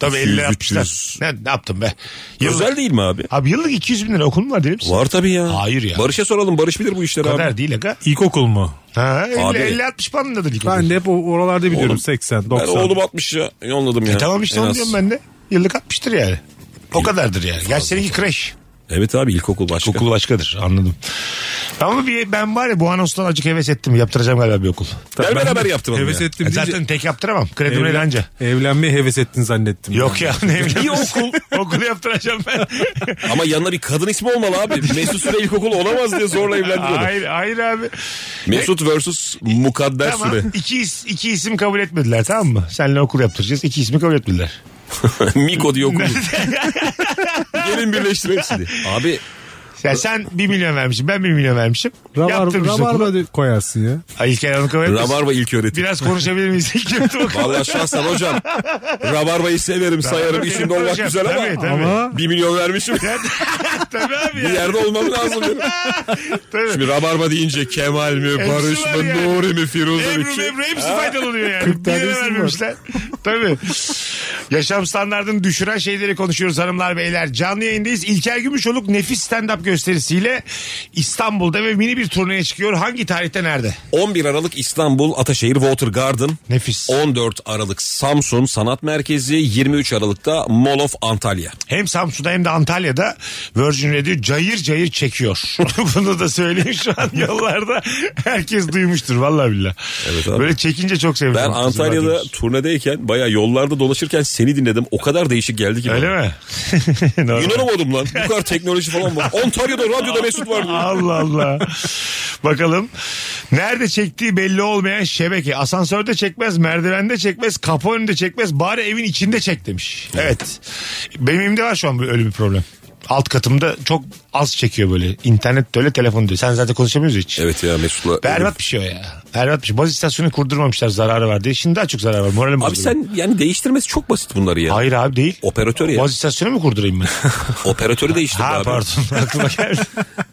S2: Tabii 50 lira
S3: 200,
S2: yapmışlar. Ne, ne yaptım be? Yıllık,
S3: Özel değil mi abi?
S2: Abi yıllık 200 bin lira okul mu var değil misin?
S3: Var tabii ya.
S2: Hayır ya.
S3: Barış'a soralım Barış bilir bu işleri
S2: O kadar
S3: abi.
S2: değil aga.
S4: İlkokul mu?
S2: Ha,
S3: Abi.
S2: 50-60 bandındadır ilk okul.
S4: Ben de hep o- oralarda biliyorum. 80,
S3: Ben
S4: 90.
S3: oğlum 60 ya. Yolladım ya.
S2: E tamam işte
S3: En
S2: onu
S3: az.
S2: diyorum ben de. Yıllık 60'tır yani. O kadardır yani. Gerçi seninki kreş.
S3: Evet abi ilkokul başka.
S2: Okul başkadır anladım. Ama bir, ben var ya bu anonstan acık heves ettim. Yaptıracağım galiba bir okul.
S3: Ben beraber yaptım onu
S4: Heves
S3: ya.
S4: ettim
S2: E
S4: deyince-
S2: zaten tek yaptıramam. Kredim
S4: Evlen-
S2: anca.
S4: Evlenmeye heves ettin zannettim.
S2: Yok ya ne
S3: Bir
S2: evlenmesi.
S3: okul.
S2: okul yaptıracağım ben.
S3: Ama yanına bir kadın ismi olmalı abi. Mesut Süre ilkokul olamaz diye zorla evlendiler.
S2: hayır hayır abi.
S3: Mesut versus Mukadder
S2: Tamam.
S3: Süre.
S2: İki, is- iki isim kabul etmediler tamam mı? Seninle okul yaptıracağız. İki ismi kabul etmediler.
S3: Miko diye okul. Gelin birleştir hepsini. Abi
S2: Yani sen bir milyon vermişsin. Ben bir milyon vermişim.
S4: Rabar,
S2: Yaptırmışsın okulu.
S4: rabarba koyarsın ya.
S2: Ay, İlker Hanım kabul etmesin.
S3: Rabarba ilk öğretim.
S2: Biraz konuşabilir miyiz? Kötü okul.
S3: Vallahi şahsen hocam. Rabarbayı severim sayarım.
S2: Rabarba
S3: İçinde
S2: benim
S3: olmak
S2: hocam.
S3: güzel
S2: Tabii,
S3: ama.
S2: tabii.
S4: Ama
S3: Bir milyon vermişim.
S2: Tabii abi
S3: Bir
S2: ya.
S3: yerde olmam lazım. benim.
S2: Tabii.
S3: Şimdi rabarba deyince Kemal mi,
S2: Hepsi
S3: Barış
S2: var
S3: mı,
S2: yani.
S3: Nuri mi, Firuze mi?
S2: Ebru
S3: kim?
S2: Ebru hepsi faydalanıyor yani. Bir
S4: tane
S2: yere
S4: isim var.
S2: vermemişler. Tabii. Yaşam standartını düşüren şeyleri konuşuyoruz hanımlar beyler. Canlı yayındayız. İlker Gümüşoluk nefis stand-up gösterisiyle İstanbul'da ve mini bir turneye çıkıyor. Hangi tarihte nerede?
S3: 11 Aralık İstanbul Ataşehir Water Garden.
S2: Nefis.
S3: 14 Aralık Samsun Sanat Merkezi. 23 Aralık'ta Mall of Antalya.
S2: Hem Samsun'da hem de Antalya'da Virgin Radio cayır cayır çekiyor. Bunu da söyleyeyim şu an yollarda. Herkes duymuştur vallahi billah.
S3: Evet abi.
S2: Böyle çekince çok sevindim.
S3: Ben
S2: Bizim
S3: Antalya'da
S2: radyomuz.
S3: turnedeyken baya yollarda dolaşırken seni dinledim. O kadar değişik geldi ki.
S2: Öyle
S3: bana.
S2: mi? Normal.
S3: İnanamadım lan. Bu kadar teknoloji falan var. Antalya'da radyoda Mesut var. diyor.
S2: Allah Allah. Bakalım. Nerede çektiği belli olmayan şebeke. Asansörde çekmez, merdivende çekmez, kapı önünde çekmez. Bari evin içinde çek demiş. Evet. Benim evimde var şu an böyle bir problem. alt katımda çok az çekiyor böyle. İnternet de öyle telefon diyor. Sen zaten konuşamıyoruz hiç.
S3: Evet ya Mesut'la.
S2: Berbat bir şey o ya. Berbat bir şey. Baz istasyonu kurdurmamışlar zararı var diye. Şimdi daha çok zarar var. Moralim
S3: Abi
S2: bozuldu.
S3: sen yani değiştirmesi çok basit bunları ya.
S2: Hayır abi değil.
S3: Operatör ya.
S2: Baz istasyonu mu kurdurayım ben?
S3: Operatörü değiştir
S2: ha
S3: abi.
S2: pardon aklıma geldi.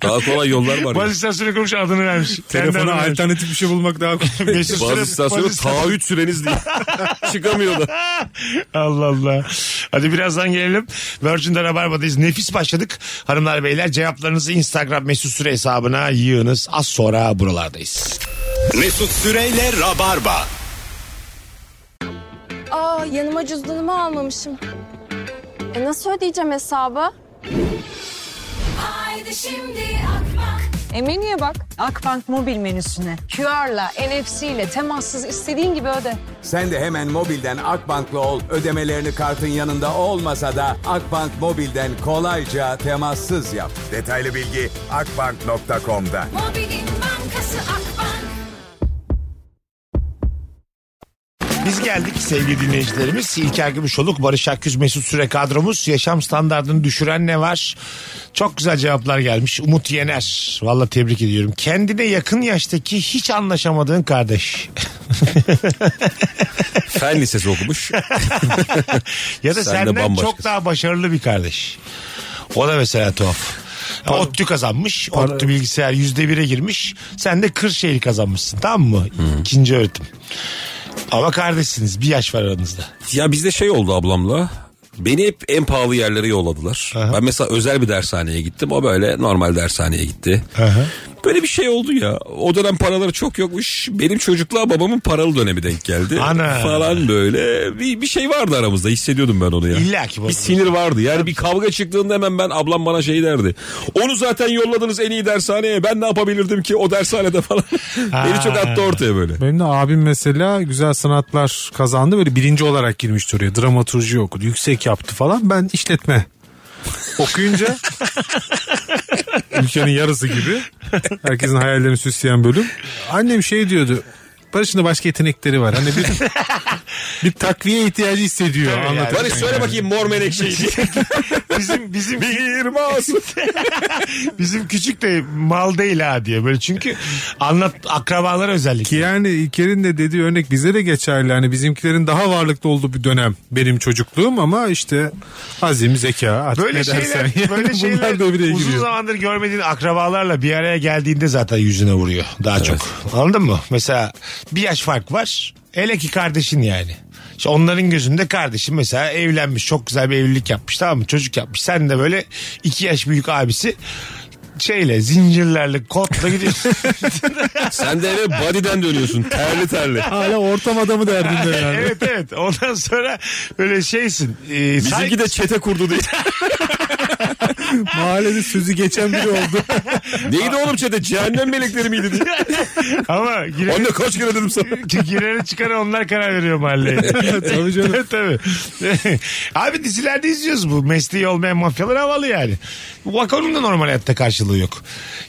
S3: Daha kolay yollar var.
S2: Baz
S3: ya.
S2: istasyonu kurmuş adını vermiş.
S4: Telefona
S2: Kendi adını vermiş.
S4: alternatif bir şey bulmak daha kolay.
S2: Mesut Süre,
S3: Bazı
S2: Baz
S3: istasyonu
S2: istasyonu-
S3: taahhüt süreniz diye çıkamıyorlar.
S2: Allah Allah. Hadi birazdan gelelim. Virgin'de Rabarba'dayız. Nefis başladık. Hanımlar beyler cevaplarınızı Instagram mesut süre hesabına yığınız. Az sonra buralardayız.
S1: Mesut Süreyle Rabarba.
S5: Aa yanıma cüzdanımı almamışım. E nasıl ödeyeceğim hesabı?
S6: Haydi şimdi Akbank.
S7: E menüye bak. Akbank mobil menüsüne. QR'la, NFC ile temassız istediğin gibi öde.
S8: Sen de hemen mobilden Akbank'la ol. Ödemelerini kartın yanında olmasa da Akbank mobilden kolayca temassız yap.
S9: Detaylı bilgi akbank.com'da.
S6: Mobilin bankası Akbank.
S2: Biz geldik sevgili dinleyicilerimiz. İlker Gümüşoluk, Barış Akküz, Mesut Süre kadromuz. Yaşam standartını düşüren ne var? Çok güzel cevaplar gelmiş. Umut Yener. Valla tebrik ediyorum. Kendine yakın yaştaki hiç anlaşamadığın kardeş.
S3: Fen lisesi okumuş.
S2: ya da
S3: Sen de
S2: senden
S3: bambaşkasın.
S2: çok daha başarılı bir kardeş. O da mesela tuhaf. Ottu kazanmış. Ottu bilgisayar yüzde bire girmiş. Sen de Kırşehir kazanmışsın. Tamam mı? İkinci öğretim. Ama kardeşsiniz. Bir yaş var aranızda.
S3: Ya bizde şey oldu ablamla. Beni hep en pahalı yerlere yolladılar. Ben mesela özel bir dershaneye gittim. O böyle normal dershaneye gitti. Böyle bir şey oldu ya. O dönem paraları çok yokmuş. Benim çocukluğa babamın paralı dönemi denk geldi.
S2: Ana.
S3: Falan böyle. Bir, bir şey vardı aramızda. Hissediyordum ben onu ya.
S2: İlla ki
S3: Bir
S2: bozulur.
S3: sinir vardı. Yani bir kavga çıktığında hemen ben ablam bana şey derdi. Onu zaten yolladınız en iyi dershaneye. Ben ne yapabilirdim ki o dershanede falan. Beni çok attı ortaya böyle.
S4: Benim de abim mesela güzel sanatlar kazandı. Böyle birinci olarak girmişti oraya. Dramaturji okudu. Yüksek yaptı falan. Ben işletme okuyunca ülkenin yarısı gibi. Herkesin hayallerini süsleyen bölüm. Annem şey diyordu. Barış'ın da başka yetenekleri var. Hani bir, bir takviye ihtiyacı hissediyor.
S2: yani.
S4: anlatırken
S3: Barış söyle
S4: yani.
S3: bakayım mor menekşeyi.
S2: Bizim bizim
S3: bir masum.
S2: bizim küçük de mal değil ha diye böyle çünkü anlat akrabalara
S4: Ki
S2: özellikle.
S4: yani İlker'in de dediği örnek bize de geçerli. Hani bizimkilerin daha varlıklı olduğu bir dönem benim çocukluğum ama işte azim, zeka artık
S2: Böyle
S4: ne
S2: şeyler,
S4: dersen. Yani
S2: böyle şeyler
S4: bunlar da devreye
S2: uzun
S4: giriyor.
S2: zamandır görmediğin akrabalarla bir araya geldiğinde zaten yüzüne vuruyor daha çok. Anladın mı? Mesela bir yaş fark var. Hele ki kardeşin yani. İşte onların gözünde kardeşin mesela evlenmiş çok güzel bir evlilik yapmış tamam mı çocuk yapmış. Sen de böyle iki yaş büyük abisi şeyle zincirlerle kotla gidiyorsun.
S3: Sen de eve body'den dönüyorsun. Terli terli.
S4: Hala ortam adamı derdinde yani.
S2: evet evet ondan sonra böyle şeysin. E,
S3: Bizimki de çete kurdu diye.
S4: Mahallede sözü geçen biri oldu.
S3: Neydi oğlum çete? Cehennem melekleri miydi diye.
S2: ama yine-
S3: Anne kaç kere dedim sana.
S2: Girene çıkana onlar karar veriyor mahalleye.
S4: Tabii canım.
S2: Tabii. Abi dizilerde izliyoruz bu. Mesleği olmayan mafyalar havalı yani. Bak onun da normal hayatta karşılığı yok.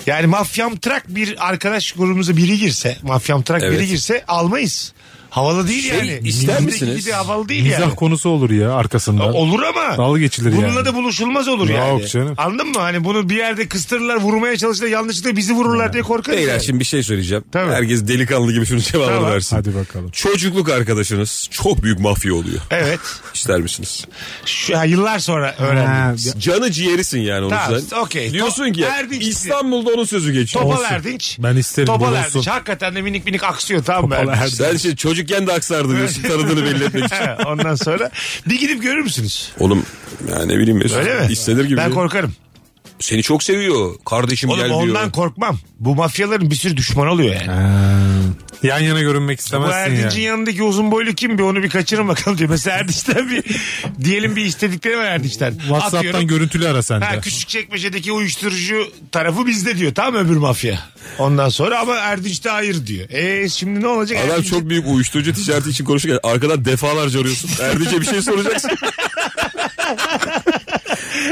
S2: Yani mafyam trak bir arkadaş grubumuza biri girse, mafyam trak
S3: Evet.
S2: biri girse almayız. Havalı değil
S3: Şey,
S2: yani.
S3: ister
S2: Bizdeki
S3: misiniz?
S2: gibi havalı değil
S4: Mizah
S2: yani.
S4: konusu olur ya arkasında.
S2: Olur ama.
S4: Dalga geçilir
S2: bununla
S4: yani.
S2: da buluşulmaz olur
S4: Yok
S2: yani.
S4: canım.
S2: Anladın mı? Hani bunu bir yerde kıstırırlar, vurmaya çalışırlar, yanlışlıkla bizi vururlar diye korkarız.
S3: Beyler
S2: yani.
S3: şimdi bir şey söyleyeceğim.
S2: Tabii.
S3: Herkes delikanlı gibi şunu cevabını
S2: Tamam.
S3: versin.
S4: Hadi bakalım.
S3: Çocukluk arkadaşınız çok büyük mafya oluyor.
S2: Evet.
S3: İster misiniz?
S2: Şu, ha, yıllar sonra
S4: Ha,
S2: öğrendim.
S3: Canı ciğerisin yani onu
S2: Tamam,
S3: sen.
S2: okey.
S3: Diyorsun ki
S2: To-
S3: ya,
S2: Erdinç diye.
S3: İstanbul'da onun sözü geçiyor.
S2: Topal
S4: Olsun.
S2: Erdinç.
S4: Ben isterim,
S2: Topal
S4: bulunsun.
S2: Erdinç. Hakikaten de minik minik aksıyor tamam mı? Erdinç?
S3: Sen şey, çocukken de aksardı diyorsun tanıdığını belli etmek için.
S2: He, Ondan sonra bir gidip görür müsünüz?
S3: Oğlum ya ne bileyim Mesut.
S2: Öyle mi?
S3: Hisseder gibi.
S2: Ben korkarım.
S3: Seni çok seviyor. Kardeşim
S2: Oğlum
S3: gel diyor.
S2: ondan korkmam. Bu mafyaların bir sürü düşman oluyor yani.
S4: Yan yana görünmek
S2: Bu
S4: istemezsin
S2: Erdinç'in
S4: yani.
S2: yanındaki uzun boylu kim bir onu bir kaçırın bakalım diyor. Mesela Erdinç'ten bir diyelim bir istedikleri var Erdinç'ten.
S4: WhatsApp'tan
S2: Atıyorum.
S4: görüntülü ara sende.
S2: Ha, küçük çekmecedeki uyuşturucu tarafı bizde diyor. Tam öbür mafya. Ondan sonra ama Erdinç de hayır diyor. E şimdi ne olacak?
S3: Adam
S2: Erdinç-
S3: çok büyük uyuşturucu ticareti için konuşurken arkadan defalarca arıyorsun. Erdinç'e bir şey soracaksın.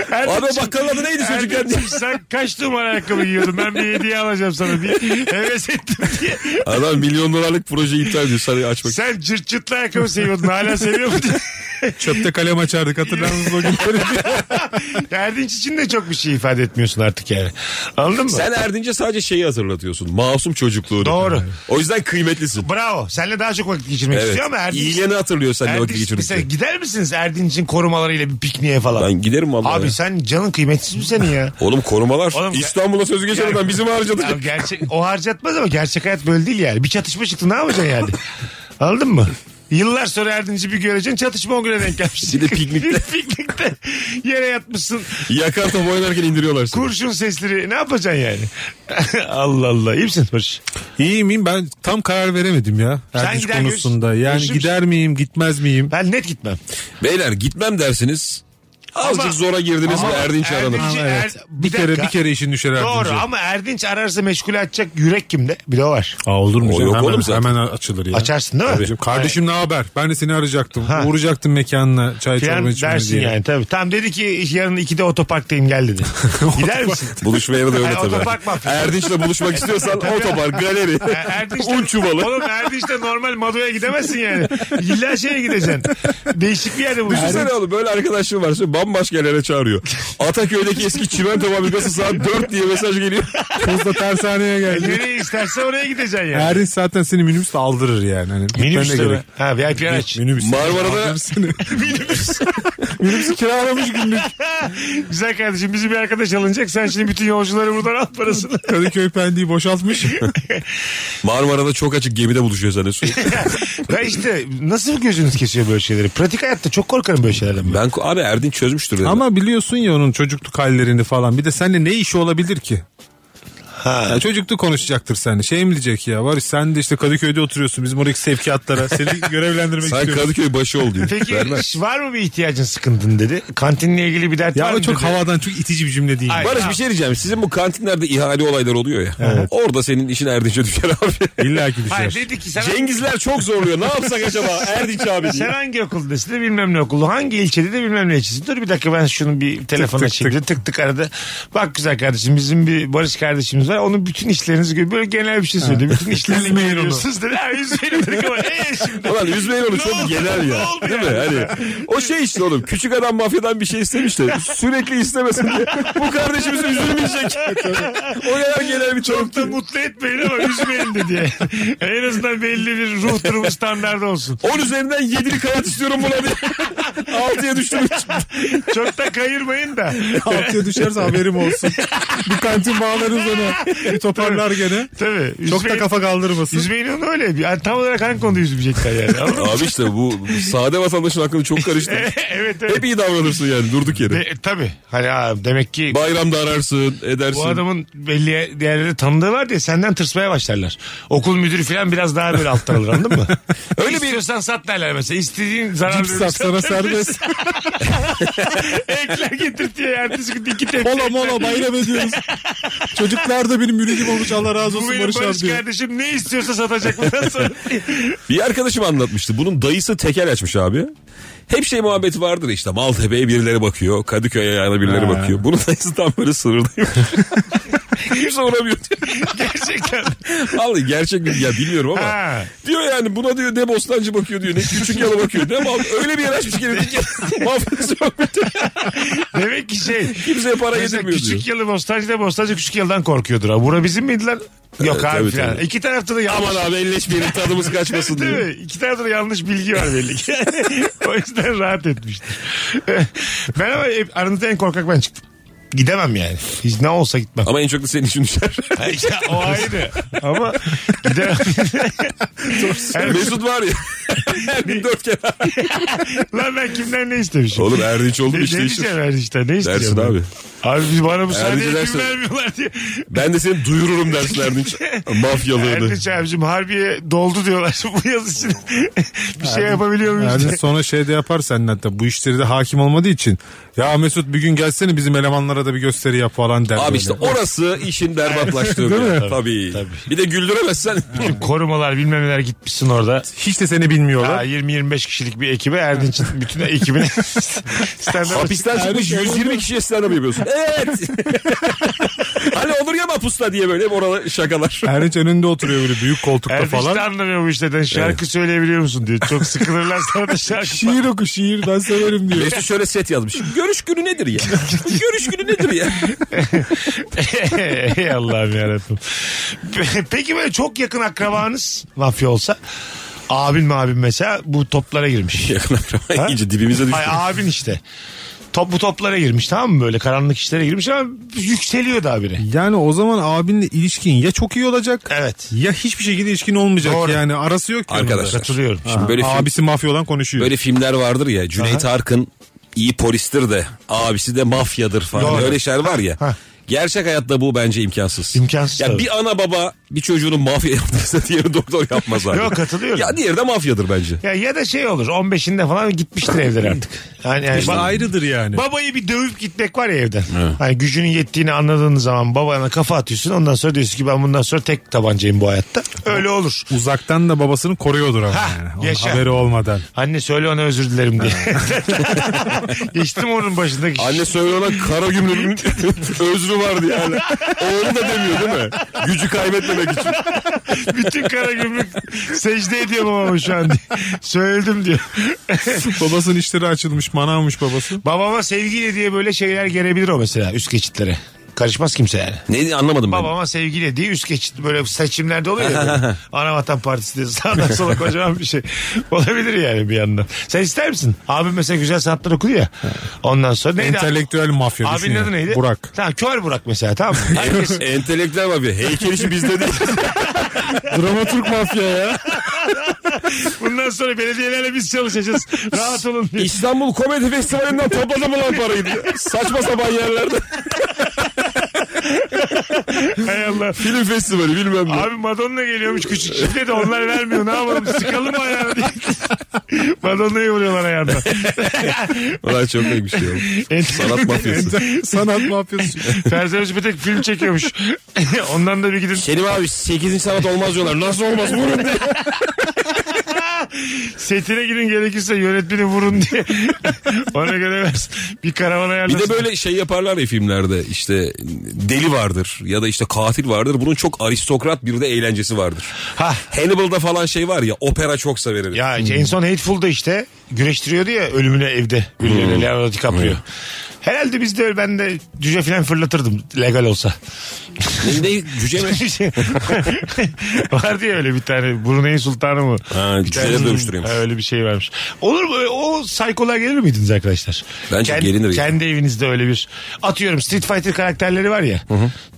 S3: Abi
S2: Erdemciğim,
S3: bakkalın adı neydi çocukken diye.
S2: Erdemciğim, sen kaç numara ayakkabı giyiyordun? Ben bir hediye alacağım sana diye. Heves ettim diye.
S3: Adam milyon dolarlık proje iptal ediyor sarayı açmak.
S2: Sen cırt cırtlı ayakkabı seviyordun. Hala seviyor mu diye.
S4: Çöpte kalem açardık hatırlar mısınız o günleri?
S2: Erdinç için de çok bir şey ifade etmiyorsun artık yani. Anladın mı?
S3: Sen Erdinç'e sadece şeyi hatırlatıyorsun. Masum çocukluğunu.
S2: Doğru.
S3: O yüzden kıymetlisin.
S2: Bravo. Seninle daha çok vakit geçirmek
S3: Evet.
S2: istiyor ama Erdinç...
S3: İyiliğini hatırlıyor seninle vakit
S2: Erdinç mesela
S3: geçirdikçe.
S2: gider misiniz Erdinç'in korumalarıyla bir pikniğe falan?
S3: Ben giderim vallahi.
S2: Abi
S3: ya.
S2: sen canın kıymetsiz mi senin ya?
S3: Oğlum korumalar.
S2: Oğlum-
S3: İstanbul'a sözü geçen adam bizim
S2: Ya
S3: harcadık.
S2: gerçek, o harcatmaz ama gerçek hayat böyle değil yani. Bir çatışma çıktı ne yapacaksın yani? Anladın mı? Yıllar sonra Erdinç'i bir göreceksin çatışma o güne denk gelmiş.
S3: Bir de piknikte.
S2: Bir piknikte yere yatmışsın.
S3: Yakar top oynarken indiriyorlar seni.
S2: Kurşun sesleri ne yapacaksın yani? Allah Allah. İyi misin Barış?
S4: İyi miyim ben tam karar veremedim ya. Erdiş
S2: gider görüş-
S4: konusunda. Yani
S2: görüşürüz.
S4: gider miyim gitmez miyim?
S2: Ben net gitmem.
S3: Beyler gitmem dersiniz. Azıcık
S2: Ama-
S3: zora girdiniz mi
S2: Ama
S3: Erdinç aranır.
S2: Erdinç'i-
S4: Ha, evet.
S2: Er-
S4: bir, kere
S2: dakika.
S4: bir kere işin düşer
S2: Doğru
S4: Erdinç'e.
S2: ama Erdinç ararsa meşgule açacak yürek kimde? Bir de o var.
S4: Aa, olur mu?
S3: O
S4: canım?
S3: yok
S4: hemen,
S3: oğlum zaten.
S4: Hemen açılır ya.
S2: Açarsın değil mi?
S4: Abicim, kardeşim ne haber? Ben de seni arayacaktım.
S2: Ha.
S4: Uğrayacaktım mekanına çay
S2: Filan
S4: çorba içmeye
S2: dersin
S4: diye.
S2: yani tabii. Tam dedi ki yarın 2'de otoparktayım gel dedi. Gider misin?
S3: Buluşmaya da öyle
S2: Ay,
S3: tabii.
S2: otopark mafya.
S3: Erdinç'le buluşmak istiyorsan otopark, galeri,
S2: Erdinç'te,
S3: un çuvalı.
S2: E, Oğlum Erdinç'te normal Mado'ya gidemezsin yani. İlla şeye gideceksin. Değişik bir yerde bulacaksın.
S3: Düşünsene oğlum böyle arkadaşım var. Şimdi bambaşka yerlere çağırıyor. Ataköy'deki eski çimento fabrikası saat 4 diye mesaj geliyor.
S4: Tuzla tersaneye geldi.
S2: Nereye isterse ororaya gideceksin yani.
S4: Erdinç zaten seni minibüsle aldırır yani. Hani gitmene
S2: Minibüs
S4: gerek
S2: tabii. Ha VIP araç.
S4: Minibüs.
S3: Marmara'da-
S4: Aldım seni. Minibüsü kiralamış günlük.
S2: Güzel kardeşim bizi bir arkadaş alınacak. Sen şimdi bütün yolcuları buradan al parasını.
S4: Kadıköy pendiği boşaltmış.
S3: Marmara'da çok açık gemide buluşuyor sana sürekli.
S2: ben işte nasıl gözünüz kesiyor böyle şeyleri? Pratik hayatta çok korkarım böyle şeylerden. Ben.
S3: ben ko- abi Erdinç çözmüştür dedim.
S4: Ama biliyorsun ya onun çocukluk hallerini falan. Bir de seninle ne işi olabilir ki? Ha. çocukluk konuşacaktır seninle. Şey mi diyecek ya? Barış sen de işte Kadıköy'de oturuyorsun. Bizim oradaki sevkiyatlara. Seni görevlendirmek
S3: Sen
S4: istiyoruz.
S3: Kadıköy başı ol diyor.
S2: Peki var mı bir ihtiyacın sıkıntın dedi. Kantinle ilgili bir dert
S4: Ya
S2: var
S4: o
S2: mı
S4: çok
S2: dedi.
S4: havadan çok itici bir cümle değil.
S2: Ay,
S3: Barış bir şey diyeceğim. Sizin bu kantinlerde ihale olayları oluyor ya. Orada senin işin Erdinç'e düşer abi.
S4: İlla ki şey.
S2: Hayır
S4: düşer.
S2: dedi ki sen
S3: Cengizler çok zorluyor. Ne yapsak acaba Erdinç abi
S2: Sen
S3: diye.
S2: hangi okuldesin de bilmem ne okulu. Hangi ilçede de bilmem ne ilçesi. Dur bir dakika ben şunu bir telefona
S4: tık
S2: çekeyim. Tık tık, arada. Bak güzel kardeşim bizim bir Barış kardeşimiz var. Onun bütün işlerinizi gör. Böyle genel bir şey söyledi. Bütün işlerini görüyorsunuz dedi. Ha üzmeyin dedik ama. E şimdi.
S3: Ulan üzmeyin onu
S2: Ne
S3: çok
S2: oldu?
S3: genel
S2: Ne
S3: ya.
S2: oldu
S3: Değil mi?
S2: yani?
S3: Hani o şey işte oğlum. Küçük adam mafyadan bir şey istemiş de sürekli istemesin diye. Bu kardeşimiz üzülmeyecek. o kadar genel bir
S2: Çok
S3: çocuk.
S2: da mutlu etmeyin ama üzmeyin dedi. yani. en azından belli bir ruh durumu standardı olsun.
S3: 10 üzerinden 7'lik hayat istiyorum buna diye. 6'ya düştüm.
S2: Çok da kayırmayın da.
S4: Altıya düşerse haberim olsun. bir kantin bağlarız ona. Bir toparlar gene.
S2: Tabii.
S4: Çok da
S2: üzmeyin-
S4: kafa kaldırmasın.
S2: Üzmeyin onu öyle. Bir- Yani tam olarak hangi konuda üzmeyecekler yani. Anladın mı?
S3: Abi işte bu sade vatandaşın aklını çok karıştırdı.
S2: evet evet.
S4: E,
S3: Hep iyi davranırsın yani durduk yere.
S2: E, tabii. Hani ha, demek ki
S3: Bayramda ararsın, edersin.
S2: bu adamın belli diğerleri tanıdığı var diye senden tırsmaya başlarlar. Okul müdürü falan biraz daha böyle alttan alır anladın mı? Öyle İstiyorsan sat derler mesela. İstediğin zarar
S4: Cips sat, sana
S2: satabilirsin. Ekler getir diye ertesi gün iki tepsi.
S4: Mola mola bayram ediyoruz. Çocuklar da benim yürüyüm olmuş Allah razı
S2: Bu
S4: olsun
S2: benim
S4: Barış abi
S2: Barış
S4: diyor.
S2: kardeşim ne istiyorsa satacak bundan sonra.
S3: Bir arkadaşım anlatmıştı. Bunun dayısı tekel açmış abi. Hep şey muhabbeti vardır işte. Maltepe'ye birileri bakıyor. Kadıköy'e yana birileri bakıyor. Bunun dayısı tam böyle sınırdaymış. Kimse uğramıyor diyor.
S2: Gerçekten.
S3: Vallahi gerçek mi? Ya bilmiyorum ama.
S2: Ha.
S3: Diyor yani buna diyor ne bostancı bakıyor diyor. Ne küçük yalı bakıyor. Ne mal. Öyle bir yer açmış ki. dedik ya, Mafyası yok.
S2: Demek ki şey.
S3: Kimseye para
S2: Mesela
S3: yedirmiyor diyor.
S2: küçük yalı Bostancı da Bostancı küçük yıldan korkuyordur. Ha. Bura bizim miydi lan? Yok
S3: Evet,
S2: abi
S3: tabii,
S2: falan.
S3: tabii.
S2: İki tarafta da yanlış.
S3: Aman abi elleşmeyelim tadımız kaçmasın
S2: Değil
S3: diyor.
S2: mi? İki tarafta da yanlış bilgi var belli ki. o yüzden rahat etmiştir. ben ama hep aranızda en korkak ben çıktım. Gidemem yani. Hiç ne olsa gitmem.
S3: Ama en çok da senin için düşer.
S2: Ya, o ayrı. ama gidemem. Yani-
S3: Mesut var ya. Her gün dört kere.
S2: Lan ben kimden ne istemişim?
S3: Oğlum Erdinç
S2: Ne,
S3: oldu
S2: ne
S3: işte işim.
S2: diyeceğim her işte? Ne isteyeceğim?
S3: Dersin
S2: ben?
S3: abi.
S2: Abi biz bana müsaade
S3: Erdinç'e
S2: izin
S3: dersin.
S2: vermiyorlar diye.
S3: Ben de seni duyururum derslerde hiç. Mafyalığını.
S2: Erdinç şey abicim harbiye doldu diyorlar bu yaz için. bir şey yapabiliyor muyuz? diye.
S4: Erdin sonra şey de yapar senden de bu işleri de hakim olmadığı için. Ya Mesut bir gün gelsene bizim elemanlara da bir gösteri yap falan der.
S3: Abi
S4: böyle.
S3: işte orası işin berbatlaştığı yer. Tabii. Bir de güldüremezsen
S2: Korumalar bilmem neler gitmişsin orada.
S4: Hiç de seni bilmiyorlar.
S2: Ha, 20-25 kişilik bir ekibe Erdinç'in bütün ekibine stand-up
S3: Hapisten çıkmış 120 kişiye stand yapıyorsun. Evet. hani olur ya pusta diye böyle orada şakalar.
S4: Erdinç önünde oturuyor böyle büyük koltukta
S2: Erdinç
S4: falan.
S2: de anlamıyor bu işlerden. Şarkı söyleyebiliyor musun diyor. Çok sıkılırlar sana da şarkı.
S4: Şiir oku şiir ben severim diyor.
S3: Mesut şöyle set yazmış. Görüş günü nedir ya? Bu Görüş günü nedir ya?
S2: Ey Allah'ım yarabbim. Pe- Peki böyle çok yakın akrabanız mafya olsa abin mi abin mesela bu toplara girmiş.
S3: Yakın akraba iyice dibimize düştü.
S2: Ay abin işte. Top, bu toplara girmiş tamam mı böyle karanlık işlere girmiş ama yükseliyor da abine.
S4: Yani o zaman abinle ilişkin ya çok iyi olacak
S2: Evet.
S4: ya hiçbir şekilde ilişkin olmayacak
S2: Doğru.
S4: yani arası yok. ki onun da.
S3: Arkadaşlar.
S2: Katılıyorum.
S3: Şimdi böyle film-
S4: Abisi mafya olan konuşuyor.
S3: Böyle filmler vardır ya Cüneyt Arkın iyi polistir de abisi de mafyadır falan
S2: Doğru.
S3: öyle şeyler var ya.
S2: Ha.
S3: Gerçek hayatta bu bence imkansız.
S2: İmkansız
S3: Ya
S2: tabii.
S3: bir ana baba bir çocuğunun mafya yaptıysa diğeri doktor yapmaz abi.
S2: Yok, katılıyorum.
S3: Ya diğeri de mafyadır bence.
S2: Ya, ya da şey olur 15'inde falan gitmiştir evden artık. Yani, yani
S4: İşte
S2: ba-
S4: ayrıdır yani.
S2: Babayı bir dövüp gitmek var ya evden. Hani gücünün yettiğini anladığın zaman babana kafa atıyorsun. Ondan sonra diyorsun ki ben bundan sonra tek tabancayım bu hayatta. Öyle olur.
S4: Uzaktan da babasını koruyordur ama
S2: Hah,
S4: yani. Onun
S2: yaşa.
S4: haberi olmadan.
S2: Anne söyle ona özür dilerim diye. Geçtim onun başındaki.
S3: Anne söyle ona kara gümrüğün özrü vardı yani. Oğlu da demiyor değil mi? Gücü kaybetmemek için.
S2: Bütün kara gümrük secde ediyor babama şu an. diye. Söyledim diyor.
S4: Babasının işleri açılmış manavmış babası.
S2: Babama sevgiyle diye böyle şeyler gelebilir o mesela üst geçitlere. Karışmaz kimse yani.
S3: Ne anlamadım ben.
S2: Babama sevgiyle diye üst geçit böyle seçimlerde oluyor ya. böyle. Anavatan Partisi diye sağdan sola kocaman bir şey. Olabilir yani bir yandan. Sen ister misin? Abim mesela güzel sanatlar okudu ya. Ondan sonra neydi?
S4: Entelektüel mafya
S2: Abinin
S4: düşünüyor.
S2: adı neydi?
S4: Burak.
S2: Tamam kör Burak mesela tamam mı? Herkes
S3: Entelektüel mafya. Heykel işi bizde değil.
S4: Dramaturg mafya ya.
S2: bundan sonra belediyelerle biz çalışacağız. Rahat olun diye.
S3: İstanbul Komedi Festivali'nden topladım lan parayı diye. Saçma sapan yerlerde.
S2: Hay Allah.
S3: Film festivali bilmem ne.
S2: Abi Madonna geliyormuş küçük şifre de onlar vermiyor. Ne yapalım sıkalım ayağını diye. Madonna'yı vuruyorlar ayağından.
S3: Ulan çok iyi bir şey oldu. Sanat mafyası.
S4: Sanat mafyası.
S2: Ferzan Özpetek film çekiyormuş. Ondan da bir gidin.
S3: Selim abi 8. sanat olmaz diyorlar. Nasıl olmaz bunun diye.
S2: Setine gidin gerekirse yönetmeni vurun diye. Ona göre versin. Bir karavan
S3: Bir
S2: ayarlasın.
S3: de böyle şey yaparlar ya filmlerde işte deli vardır ya da işte katil vardır. Bunun çok aristokrat bir de eğlencesi vardır.
S2: Hah.
S3: Hannibal'da falan şey var ya opera çok severim.
S2: Ya en son Hateful'da işte güreştiriyordu ya ölümüne evde. Ünlüyle
S3: Hmm.
S2: Leonardo DiCaprio. Herhalde biz de öyle- ben de cüce falan fırlatırdım legal olsa.
S3: Ne, ne cüce mi?
S2: Vardı ya şey öyle bir tane Brunei Sultanı mı?
S3: Ha,
S2: Bir
S3: cüceleri
S2: tane-
S3: dövüştürüyormuş.
S2: Ha, Öyle bir şey varmış. Olur mu? O saykolar gelir miydiniz arkadaşlar?
S3: Bence
S2: Kend-
S3: gelinir ya.
S2: Kendi evinizde öyle bir atıyorum Street Fighter karakterleri var ya.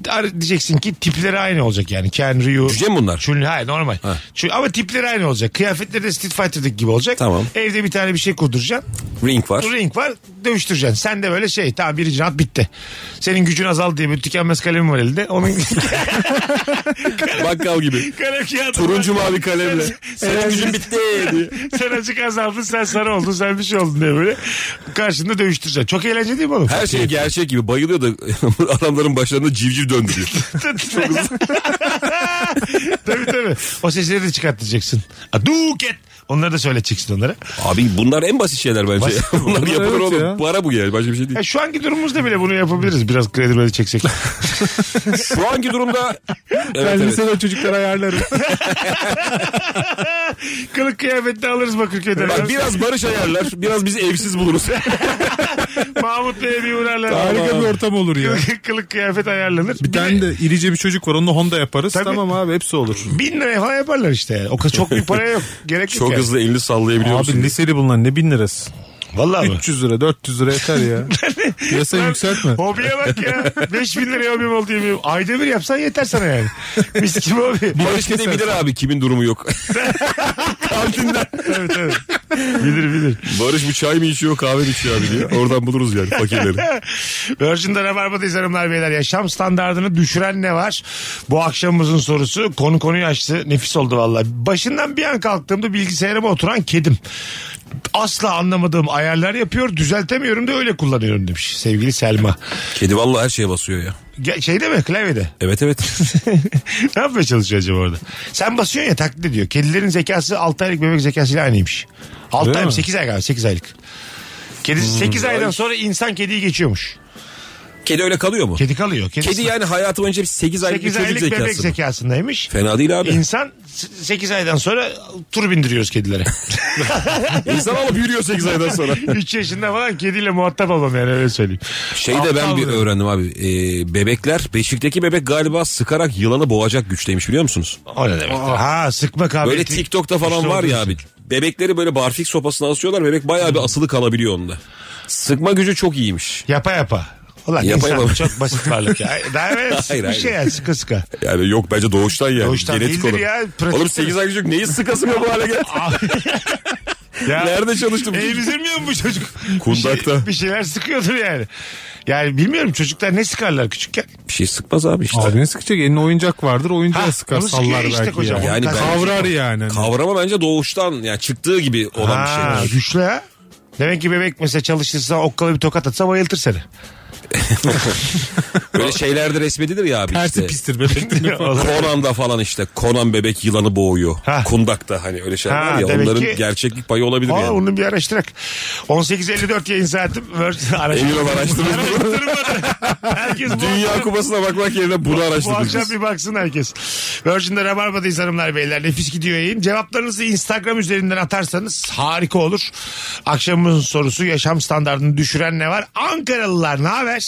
S2: Ar- Diyeceksin ki tipleri aynı olacak yani. Ken, Ryu.
S3: Cüce mi bunlar?
S2: Chun- hayır normal. Chun- ama tipleri aynı olacak. Kıyafetleri de Street Fighter'daki gibi olacak.
S3: Tamam.
S2: Evde bir tane bir şey kurduracaksın.
S3: Ring var.
S2: Ring var dövüştüreceksin. Sen de böyle şey tamam birinci round bitti. Senin gücün azaldı diye bir tükenmez kalemim var elinde. Onun
S3: Bakkal gibi.
S2: kalem kağıdı.
S3: Turuncu mavi kalemle. Senin gücün bitti diye.
S2: sen azıcık azaldın sen sarı oldun sen bir şey oldun diye böyle karşında dövüştüreceksin. Çok eğlenceli değil mi oğlum?
S3: Her şey gerçek gibi bayılıyor da adamların başlarında civciv döndürüyor.
S2: tabii tabii. O sesleri de çıkartacaksın. Aduket. Onları da söyleteceksin onlara.
S3: Abi bunlar en basit şeyler bence. bunlar,
S4: Bunlar
S3: yapılır
S4: evet
S3: oğlum.
S4: ya.
S3: Para bu yani başka bir şey değil.
S2: Ya E, şu anki durumumuzda bile bunu yapabiliriz. Biraz kredi böyle çeksek.
S3: Şu anki durumda evet,
S4: ben
S3: evet.
S4: lisede çocuklar ayarlarım.
S2: Kılık kıyafetini alırız Bakırköy'den.
S3: Bak biraz barış ayarlar. Biraz biz evsiz buluruz.
S2: Mahmut Bey'e bir uğrarlar.
S4: Harika bir ortam olur ya.
S2: Kılık kıyafet ayarlanır.
S4: Bir tane de irice bir çocuk var onunla Honda yaparız.
S2: Tabii.
S4: Tamam abi hepsi olur.
S2: Bin liraya falan yaparlar işte. yani. O kadar çok bir paraya yok. Gerek yok.
S3: Çok
S2: yani.
S3: hızlı elini sallayabiliyor
S4: Abi
S3: musun?
S4: liseli bunlar ne bin lirası?
S2: Vallahi mi?
S4: 300 lira 400 lira yeter ya. Piyasayı
S2: Lan,
S4: yükseltme.
S2: Hobiye bak ya. 5000 liraya hobim oldu yemin. Ayda bir yapsan yeter sana yani. Mis gibi hobi.
S3: Barış gidebilir abi kimin durumu yok. Kantinden.
S2: evet evet. Bilir bilir.
S3: Barış bu çay mı içiyor kahve mi içiyor abi diye. Oradan buluruz yani fakirleri.
S2: Virgin'de Rabarba'dayız hanımlar beyler. Yaşam standartını düşüren ne var? Bu akşamımızın sorusu konu konuyu açtı. Nefis oldu valla. Başından bir an kalktığımda bilgisayarıma oturan kedim. Asla anlamadığım ayarlar yapıyor. Düzeltemiyorum da öyle kullanıyorum demiş sevgili Selma.
S3: Kedi vallahi her şeye basıyor ya.
S2: Ge- Şeyde mi klavyede?
S3: Evet evet.
S2: ne yapmaya çalışıyor acaba orada? Sen basıyorsun ya taklit ediyor. Kedilerin zekası 6 aylık bebek zekasıyla aynıymış. 6
S4: Öyle
S2: ay mı
S4: mi?
S2: 8 ay galiba 8 aylık. Kedi 8 aydan sonra insan kediyi geçiyormuş.
S3: Kedi öyle kalıyor mu? Kedi,
S2: Kedi kalıyor. Kedi,
S3: yani hayatı boyunca 8 aylık bir
S2: 8
S3: çocuk
S2: aylık bebek
S3: zekası. mı?
S2: zekasındaymış.
S3: Fena değil abi.
S2: İnsan 8 aydan sonra tur bindiriyoruz kedilere.
S3: İnsan alıp yürüyor 8 aydan sonra.
S2: 3 yaşında falan kediyle muhatap olmam yani öyle söyleyeyim.
S3: Şeyi de ben
S2: Aptal
S3: bir
S2: mı?
S3: öğrendim abi. Ee, bebekler, Beşik'teki bebek galiba sıkarak yılanı boğacak güçteymiş biliyor musunuz?
S2: O ne demek? Ha sıkma kabiliyeti.
S3: Böyle TikTok'ta falan
S2: güçlü
S3: var ya
S2: olduğu
S3: abi.
S2: için. Hmm.
S3: Bebekleri böyle barfik sopasına asıyorlar. Bebek bayağı bir asılı kalabiliyor onda. Sıkma gücü çok iyiymiş.
S2: Yapa yapa. Ulan
S3: Yapa
S2: insan
S3: yapa.
S2: çok basit varlık ya. Daha evvel
S3: Hayır,
S2: bir
S3: hayır.
S2: şey yani sıkı sıkı.
S3: Yani yok bence doğuştan yani.
S2: Doğuştan
S3: Genetik
S2: değildir
S3: olarak.
S2: ya, pratik.
S3: Oğlum 8 ay çocuk neyi sıka sıka bu hale geldi?
S2: Ya,
S3: Nerede çalıştım?
S2: Emzirmiyor mu bu çocuk? Bir,
S3: Kundakta.
S2: şey- bir şeyler sıkıyordur yani. Yani bilmiyorum çocuklar ne sıkarlar küçükken.
S3: Bir şey sıkmaz abi işte.
S4: Abi ne sıkacak? Elinde oyuncak vardır. Oyuncağı
S2: Ha,
S4: sıkar
S2: onu sıkıyor
S4: sallar
S2: işte
S4: belki.
S2: kocaman.
S3: Yani
S4: Yani.
S2: Kas-
S3: ben-
S4: Kavrar yani.
S3: Kavrama bence doğuştan yani çıktığı gibi olan
S2: Ha,
S3: bir şey.
S2: güçlü ha. Demek ki bebek mesela çalışırsa okkalı bir tokat atsa bayıltır seni.
S3: Böyle şeylerde resmedilir ya abi
S4: Tersi
S3: işte.
S4: pistir bebeklerin.
S3: Conan'da falan işte Conan bebek yılanı boğuyor.
S2: Ha.
S3: Kundak'ta hani öyle şeyler
S2: Ha,
S3: var ya
S2: demek
S3: onların
S2: ki-
S3: gerçeklik payı olabilir
S2: Aa,
S3: yani.
S2: Onu bir araştırak. 18.54 yayın saatim. Virgin
S3: Emin ol
S2: araştırma.
S3: araştırırız.
S2: Araştırmadı. Herkes bu
S3: Dünya
S2: akşam-
S3: kupasına bakmak yerine bunu
S2: Bu akşam
S3: araştırdık.
S2: bir baksın herkes. Virgin'de Rabarba'dayız hanımlar beyler. Nefis gidiyor yayın. Cevaplarınızı Instagram üzerinden atarsanız harika olur. Akşamımızın sorusu yaşam standartını düşüren ne var? Ankaralılar ne haber?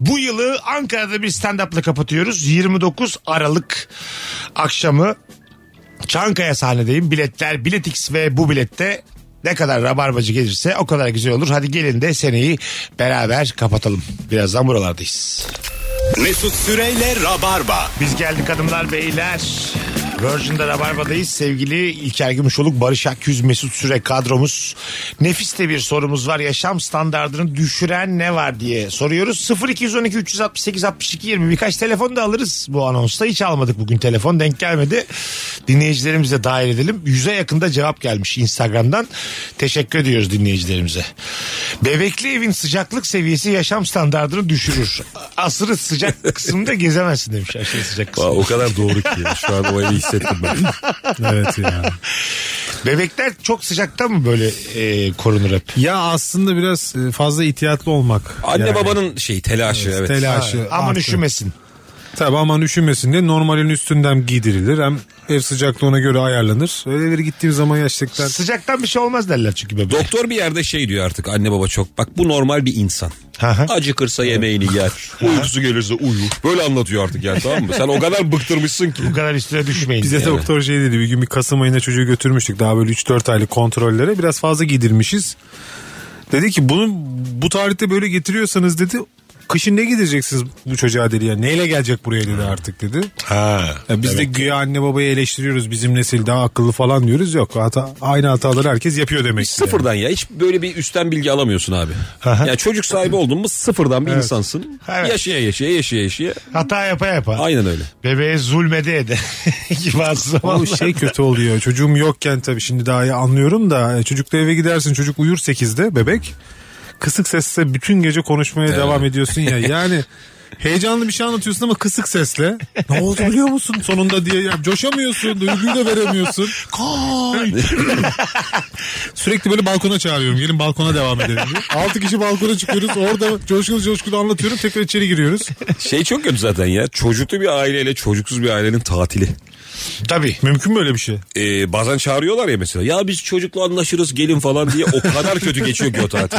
S2: Bu yılı Ankara'da bir stand-up'la kapatıyoruz. 29 Aralık akşamı Çankaya sahnedeyim. Biletler Biletix ve bu bilette ne kadar rabarbacı gelirse o kadar güzel olur. Hadi gelin de seneyi beraber kapatalım. Birazdan buralardayız.
S1: Mesut Süreyle Rabarba.
S2: Biz geldik kadınlar beyler. Virgin'de Rabarba'dayız. Sevgili İlker Gümüşoluk, Barış Akyüz, Mesut Süre kadromuz. Nefis de bir sorumuz var. Yaşam standartını düşüren ne var diye soruyoruz. 0212 368 62 20 birkaç telefon da alırız bu anonsta. Hiç almadık bugün telefon denk gelmedi. Dinleyicilerimize dahil edelim. Yüze yakında cevap gelmiş Instagram'dan. Teşekkür ediyoruz dinleyicilerimize. Bebekli evin sıcaklık seviyesi yaşam standartını düşürür. Asırı sıcak kısımda gezemezsin demiş. Aşırı sıcak kısım.
S3: Aa, o kadar doğru ki ya. şu an o evi hissettim ben.
S4: evet ya.
S2: Bebekler çok sıcakta mı böyle e, korunur hep?
S4: Ya aslında biraz e, fazla ihtiyatlı olmak.
S3: Anne
S4: yani.
S3: babanın şey telaşı evet.
S4: Telaşı.
S2: Aman
S4: artı.
S2: üşümesin.
S4: Tabii aman üşümesin diye normalin üstünden giydirilir. Hem ev sıcaklığına göre ayarlanır. Öyle bir gittiğim zaman yaşlıktan
S2: Sıcaktan bir şey olmaz derler çünkü bebeğe.
S3: Doktor bir yerde şey diyor artık anne baba çok bak bu normal bir insan.
S2: Hı hı.
S3: Acıkırsa yemeğini yer. Uykusu gelirse uyur. Böyle anlatıyor artık yani tamam mı? Sen o kadar bıktırmışsın ki.
S2: Bu kadar üstüne düşmeyin.
S4: Bize
S2: diye.
S4: doktor şey dedi bir gün bir Kasım ayında çocuğu götürmüştük daha böyle 3-4 aylık kontrollere biraz fazla giydirmişiz. Dedi ki bunu bu tarihte böyle getiriyorsanız dedi kışın ne gideceksiniz bu çocuğa dedi ya neyle gelecek buraya dedi artık dedi.
S2: Ha.
S4: Ya biz de güya anne babayı eleştiriyoruz bizim nesil daha akıllı falan diyoruz yok hata, aynı hataları herkes yapıyor demek ki.
S3: Sıfırdan ya hiç böyle bir üstten bilgi alamıyorsun abi. ya çocuk sahibi oldun mu sıfırdan bir insansın.
S2: Evet.
S3: Yaşaya yaşaya yaşaya yaşaya.
S2: Hata yapa yapa.
S3: Aynen öyle.
S2: Bebeğe zulmede ede. Gibi aslında.
S4: O şey kötü oluyor. Çocuğum yokken tabii şimdi daha iyi anlıyorum da e, çocukla eve gidersin. Çocuk uyur 8'de bebek. Kısık sesle bütün gece konuşmaya devam ediyorsun ya. Yani heyecanlı bir şey anlatıyorsun ama kısık sesle. Ne oldu biliyor musun sonunda diye ya coşamıyorsun, duyguyu da veremiyorsun. Kay! Sürekli böyle balkona çağırıyorum. Gelin balkona devam edelim diye. 6 kişi balkona çıkıyoruz. Orada coşkulu coşkulu anlatıyorum. Tekrar içeri giriyoruz.
S3: Şey çok kötü zaten ya. Çocuklu bir aileyle çocuksuz bir ailenin tatili.
S2: Tabii.
S4: Mümkün mü öyle bir şey?
S3: Ee, bazen çağırıyorlar ya mesela. Ya biz çocukla anlaşırız gelin falan diye. O kadar kötü geçiyor ki o tatil.